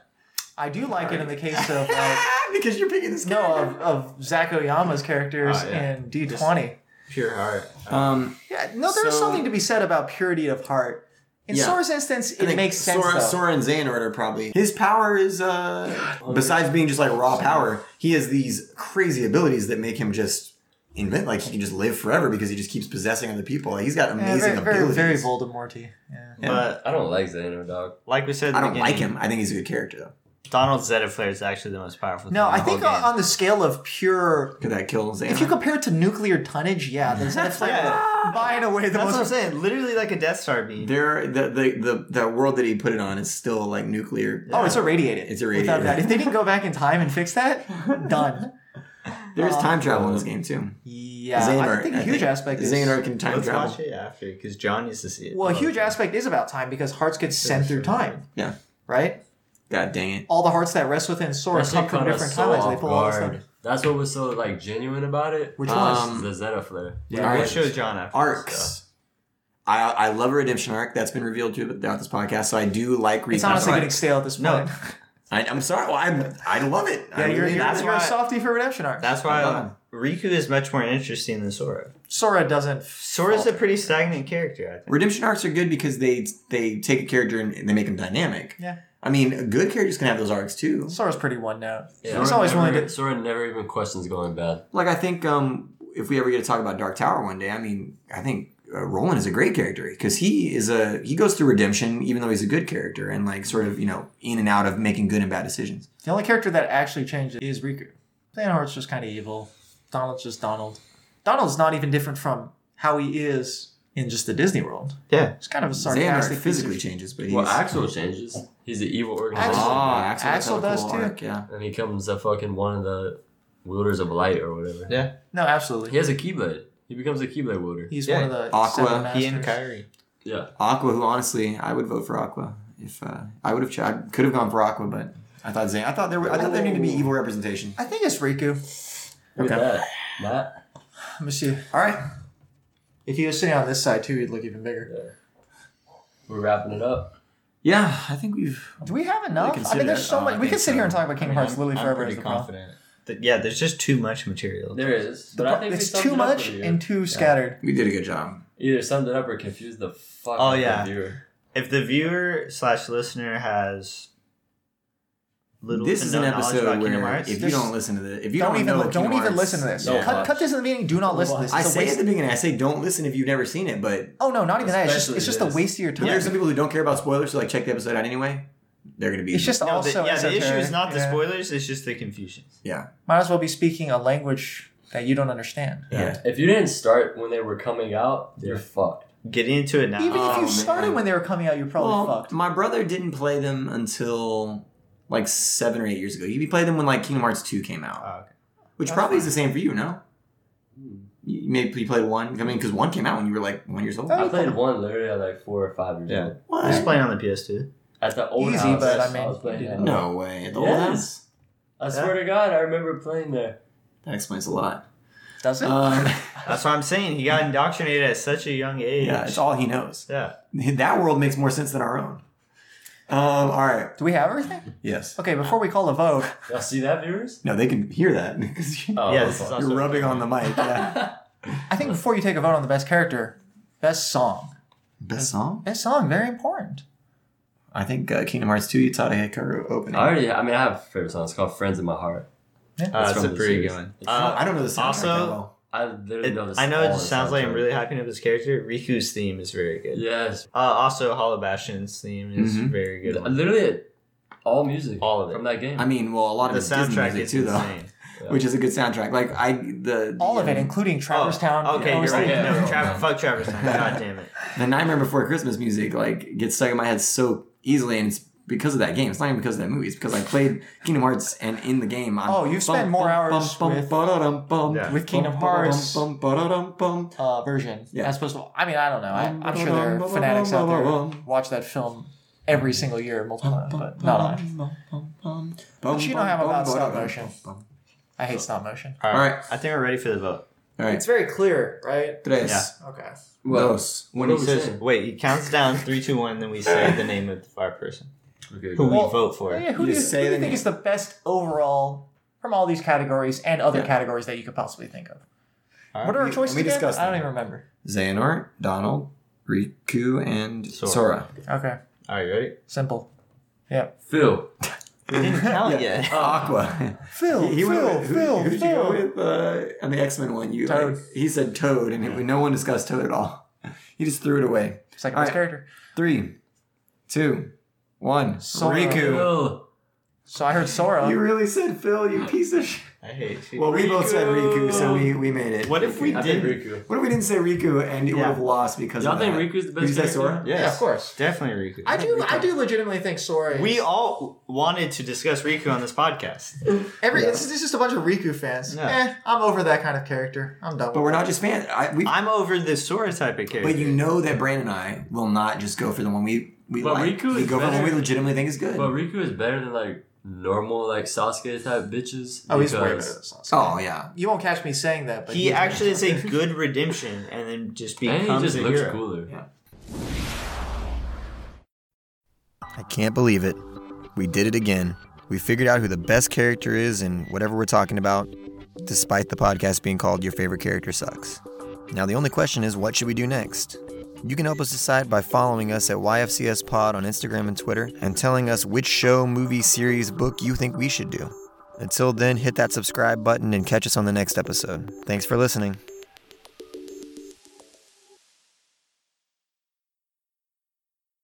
S2: I do like it in the case of. Uh,
S5: because you're picking this
S2: No, of, of Zach Oyama's characters
S4: Oh, yeah.
S2: and D20.
S4: Pure heart.
S5: Um,
S2: Yeah, no, there's
S5: So-
S2: something to be said about purity of heart. In
S5: Yeah.
S2: Sora's instance,
S5: I
S2: it
S5: think
S2: makes sense.
S5: Sora,
S2: though.
S5: Sora and Xehanort are probably his power is uh besides being just like raw power, he has these crazy abilities that make him just invent like he can just live forever because he just keeps possessing other people. Like, he's got
S2: Yeah,
S5: amazing
S2: very, very,
S5: abilities.
S2: very Voldemorty. Yeah.
S5: Yeah.
S4: But
S3: I don't like Xehanort, dog.
S4: like we said, at the
S5: I don't like
S4: beginning,
S5: him. I think he's a good character though.
S4: Donald Zetterflare is actually the most powerful.
S2: No,
S4: thing in
S2: I
S4: the
S2: think
S4: whole
S2: on,
S4: game.
S2: on the scale of pure,
S5: Could that kill Xehanort?
S2: if you compare it to nuclear tonnage, yeah, there's that's like
S4: Yeah.
S2: buying away the
S4: that's what I'm
S2: most.
S4: saying. Literally like a Death Star beam.
S5: there the, the the the world that he put it on is still like nuclear.
S2: Oh, it's irradiated.
S5: It's
S2: Without
S5: irradiated.
S2: that, if they didn't go back in time and fix that, done.
S5: There's time travel in this game too.
S2: Yeah, I think a huge aspect is
S5: Xehanort can time
S4: Let's
S5: travel.
S4: watch it after because John used to see it.
S2: well, a huge aspect is about time because hearts get sent through time,
S5: Yeah.
S2: right?
S5: God dang it.
S2: all the hearts that rest within Sora
S3: That shit
S2: come from
S3: caught us
S2: different
S3: so
S2: timelines. They
S3: off
S2: pull all this
S3: guard.
S2: stuff.
S3: That's what was so like genuine about it.
S2: Which
S5: Um,
S3: the Zeta flare.
S5: Yeah.
S4: We'll
S5: Alright.
S4: show John after. so.
S5: arcs. I, I love a redemption arc that's been revealed to throughout this podcast. So I do like
S2: It's
S5: redemption.
S2: honestly
S5: arcs.
S2: getting stale at this point.
S4: No.
S5: I, I'm sorry. Well, I'm, I love it. I
S2: yeah, you're,
S5: really
S2: you're,
S5: do.
S4: that's
S2: you're a
S4: why-
S2: softie for redemption arc.
S4: That's why
S5: Done.
S4: Riku is much more interesting than Sora.
S2: Sora doesn't.
S4: Sora's a
S2: falter.
S4: pretty stagnant character, I think.
S5: redemption arcs are good because they they take a character and they make them dynamic.
S2: Yeah.
S5: I mean, good characters can have those arcs too.
S2: Sora's pretty one note.
S3: Yeah,
S2: He's
S3: Sora
S2: always
S3: never,
S2: willing to.
S3: Sora never even questions going bad.
S5: Like I think um, if we ever get to talk about Dark Tower one day, I mean, I think uh, Roland is a great character because he is a he goes through redemption even though he's a good character and like sort of you know in and out of making good and bad decisions.
S2: The only character that actually changes is Riku. Planet Heart's just kind of evil. Donald's just Donald. Donald's not even different from how he is in just the Disney world.
S4: Yeah.
S2: He's kind of a
S5: Xehanort
S2: sarcastic.
S5: physically changes, but he's
S3: Well, Axel changes. He's an evil organization,
S2: Axel-
S4: Ah.
S5: Oh, Axel,
S2: Axel does too.
S5: Yeah.
S3: and he comes a fucking one of the wielders of light or whatever.
S4: Yeah.
S2: No, absolutely.
S3: He has a keyblade. He becomes a keyblade wielder.
S2: He's
S4: Yeah.
S2: one of the
S5: Aqua,
S2: seven
S4: He and
S2: masters.
S4: Kyrie.
S3: Yeah,
S5: Aqua, who honestly, I would vote for Aqua if uh, I would have. Ch- I could have gone for Aqua, but I thought Zane. I thought there. Were, I thought there needed to be evil representation.
S2: I think it's Riku.
S3: look at that. Matt.
S2: Monsieur. All right. If he was sitting on this side too, he'd look even bigger.
S3: We're wrapping it up.
S5: Yeah, I think we've.
S2: Do we have enough? I
S5: consider
S2: mean, there's
S5: it.
S2: so
S5: Oh, I
S2: much. We
S5: think
S2: could sit
S5: so.
S2: here and talk about Kingdom Hearts Lily forever. as the problem.
S4: Th- yeah, there's just too much material.
S3: There is, but I think we
S2: It's
S3: summed
S2: too
S3: it up
S2: much
S3: for you.
S2: and too scattered.
S5: We did a good job.
S3: either summed it up or confused the fuck.
S4: Oh,
S3: out of
S4: yeah.
S3: The viewer.
S4: If the viewer slash listener has little
S5: this
S4: to
S5: is
S4: no
S5: an
S4: knowledge
S5: episode
S4: about Kingdom
S5: where
S4: Hearts,
S5: if you
S2: there's-
S5: don't listen to this, if you
S2: Don't,
S5: don't,
S2: even
S5: know
S2: li- don't
S5: Kingdom
S2: even
S5: Hearts-
S2: listen to this.
S3: No
S2: cut,
S3: watch.
S2: cut this in the beginning. Do not listen to this.
S5: I
S2: It's a
S5: say at
S2: waste.
S5: the beginning, I say don't listen if you've never seen it, but
S2: Oh no, not even that. It's just
S3: Especially
S2: it's just a
S3: this.
S2: waste of your
S5: but
S2: time.
S5: there are some people who don't care about spoilers, so like check the episode out anyway. They're gonna be.
S2: It's just
S4: no, the,
S2: also
S4: yeah, the issue
S2: esoteric.
S4: is not the
S2: Yeah.
S4: spoilers, it's just the confusion.
S5: yeah,
S2: Might as well be speaking a language that you don't understand.
S5: yeah.
S3: If you didn't start when they were coming out, you're fucked.
S4: Getting into it now.
S2: Even if
S5: Oh,
S2: you
S5: man.
S2: started when they were coming out, you're probably
S5: Well,
S2: fucked.
S5: my brother didn't play them until like seven or eight years ago. He played them when like Kingdom Hearts two came out.
S4: Oh, okay.
S5: Which
S2: That's
S5: probably is the same for you, no? Hmm. You, maybe you played one. I mean, because one came out when you were like one years old.
S2: Oh,
S3: I played one literally at like four or five years
S4: Yeah.
S3: old.
S4: I was
S5: What?
S4: playing on the PS2.
S3: At the old
S2: Easy,
S3: house,
S2: but I
S3: I
S2: mean,
S3: was playing
S2: you
S3: at-
S2: didn't.
S5: No way. At the old
S3: Yes.
S5: house?
S3: I swear to God, I remember playing there.
S5: That explains a lot.
S2: Does it?
S5: Um,
S4: That's what I'm saying. He got indoctrinated at such a young age.
S5: yeah, it's all he knows.
S4: Yeah.
S5: That world makes more sense than our own. Um, all right.
S2: Do we have everything?
S5: Yes.
S2: Okay, before we call a vote,
S3: Y'all see that, viewers?
S5: No, they can hear that because
S3: Oh,
S4: Yeah,
S3: okay.
S4: this is awesome.
S5: you're rubbing on the mic. Yeah.
S2: I think before you take a vote on the best character, best song.
S5: Best song?
S2: Best song, very important.
S5: I think uh, Kingdom Hearts 2 Utada Hikaru opening.
S3: I already, I mean, I have a favorite song. It's called Friends in My Heart.
S4: Uh,
S3: It's
S4: it's
S3: from
S4: a
S3: the
S4: pretty
S3: series.
S4: good one.
S5: I don't-
S4: Uh,
S5: I don't know the soundtrack
S4: also-
S5: that well.
S3: I literally
S4: it-
S3: know this.
S4: I know it
S3: all
S4: just
S3: the
S4: sounds like I'm
S3: soundtrack.
S4: really hyping up his character. Riku's theme is very good.
S3: Yes.
S4: Uh, also, Hollow Bastion's theme is
S5: Mhm.
S4: very good. one.
S3: Literally, all music.
S4: All of it.
S3: From that game.
S5: I mean, well, a
S4: The
S5: lot of it's Disney
S4: soundtrack
S5: music
S4: is
S5: too, though,
S4: insane. Yeah.
S5: which is a good soundtrack. Like I, the
S2: All
S5: the,
S2: of it,
S5: um,
S2: including Traverse
S4: Oh,
S2: Town.
S4: Okay, you're
S2: OST.
S4: right.
S3: thinking-
S4: No,
S3: Yeah.
S4: Trav- fuck Travis Town. God damn it.
S5: the Nightmare Before Christmas music like gets stuck in my head so easily, and it's because of that game. It's not even because of that movie. It's because I played Kingdom Hearts, and in the game, I'm,
S2: Oh, you've spent more hours with-
S5: ba-da-dum, bum,
S4: Yeah.
S2: with Kingdom
S5: bum,
S2: Hearts.
S5: ba-da-dum, bum, ba-da-dum, bum.
S2: uh, version
S5: Yeah.
S2: as opposed to. I mean, I don't know. I, I'm sure there are fanatics out there who watch that film every single year, multiple times, but not I. But you know how I'm about stop motion. I hate stop motion.
S4: All
S5: All
S4: right.
S5: right.
S4: I think we're ready for the vote.
S5: All right,
S2: very clear, right?
S5: tres,
S4: Yeah.
S2: Okay.
S5: dos,
S3: what
S5: uno.
S3: are we
S4: So,
S3: saying?
S4: wait, he counts down three, two, one, then we say the name of our person
S3: Okay,
S4: who
S3: go.
S4: we vote for.
S2: Yeah, who
S5: You
S2: do you,
S5: say
S2: who do you
S5: the
S2: think
S5: name.
S2: is the best overall from all these categories and other
S5: Yeah.
S2: categories that you could possibly think of?
S4: All
S2: What are our
S5: we-
S2: choices
S5: we
S2: again?
S5: discussed
S2: I don't
S5: them.
S2: even remember.
S5: Xehanort, Donald, Riku, and Sora.
S4: Sora.
S2: Okay.
S4: All right, you ready?
S2: Simple.
S3: Phil.
S4: We didn't count yet.
S5: Aqua.
S2: Phil, Phil,
S5: who,
S2: Phil,
S5: who'd you go
S2: Phil.
S5: with uh, on the X Men one? You
S2: Toad.
S5: like, he said Toad, and it, no one discussed Toad at all. He just threw it away.
S2: Second
S5: All
S2: best
S5: right.
S2: character.
S5: Three, two, one.
S2: Sora.
S5: Riku.
S3: Phil.
S2: So I heard Sora.
S5: You really said Phil, you piece of shit.
S4: I hate you.
S5: Well, we both said Riku, so we, we made it.
S4: What if we
S3: I think
S4: did?
S3: Riku.
S5: What if we didn't say Riku and it would
S4: Yeah.
S5: have lost because
S3: Y'all
S5: of
S3: think
S5: that?
S3: Riku's the best
S5: Did you say
S3: character?
S5: Sora?
S4: Yes,
S2: Yeah, of course.
S4: Definitely Riku.
S2: I do. I do legitimately think Sora. Is,
S4: we all wanted to discuss Riku on this podcast.
S2: every. It's, it's just a bunch of Riku fans.
S4: Yeah.
S2: Eh, I'm over that kind of character. I'm done.
S5: But
S2: With
S5: we're not just fans. I, we,
S4: I'm over this Sora type of character.
S5: but you know that Brandon and I will not just go for the one we, we
S3: But
S5: like.
S3: Riku
S5: we
S3: is
S5: go for the one we
S3: better.
S5: legitimately think is good.
S3: But Riku is better than like normal like Sasuke type bitches.
S2: it. oh, he's way better than
S3: because-
S2: Sasuke.
S5: oh, yeah.
S2: You won't catch me saying that. But
S4: he
S2: he's
S4: actually is
S2: better.
S4: a good redemption, and then just becomes
S3: And he just
S4: a
S3: looks
S4: hero.
S3: cooler.
S1: I can't believe it. We did it again. We figured out who the best character is in whatever we're talking about, despite the podcast being called Your Favorite Character Sucks. Now, the only question is what should we do next? You can help us decide by following us at YFCS Pod on Instagram and Twitter and telling us which show, movie, series, book you think we should do. Until then, hit that subscribe button and catch us on the next episode. Thanks for listening.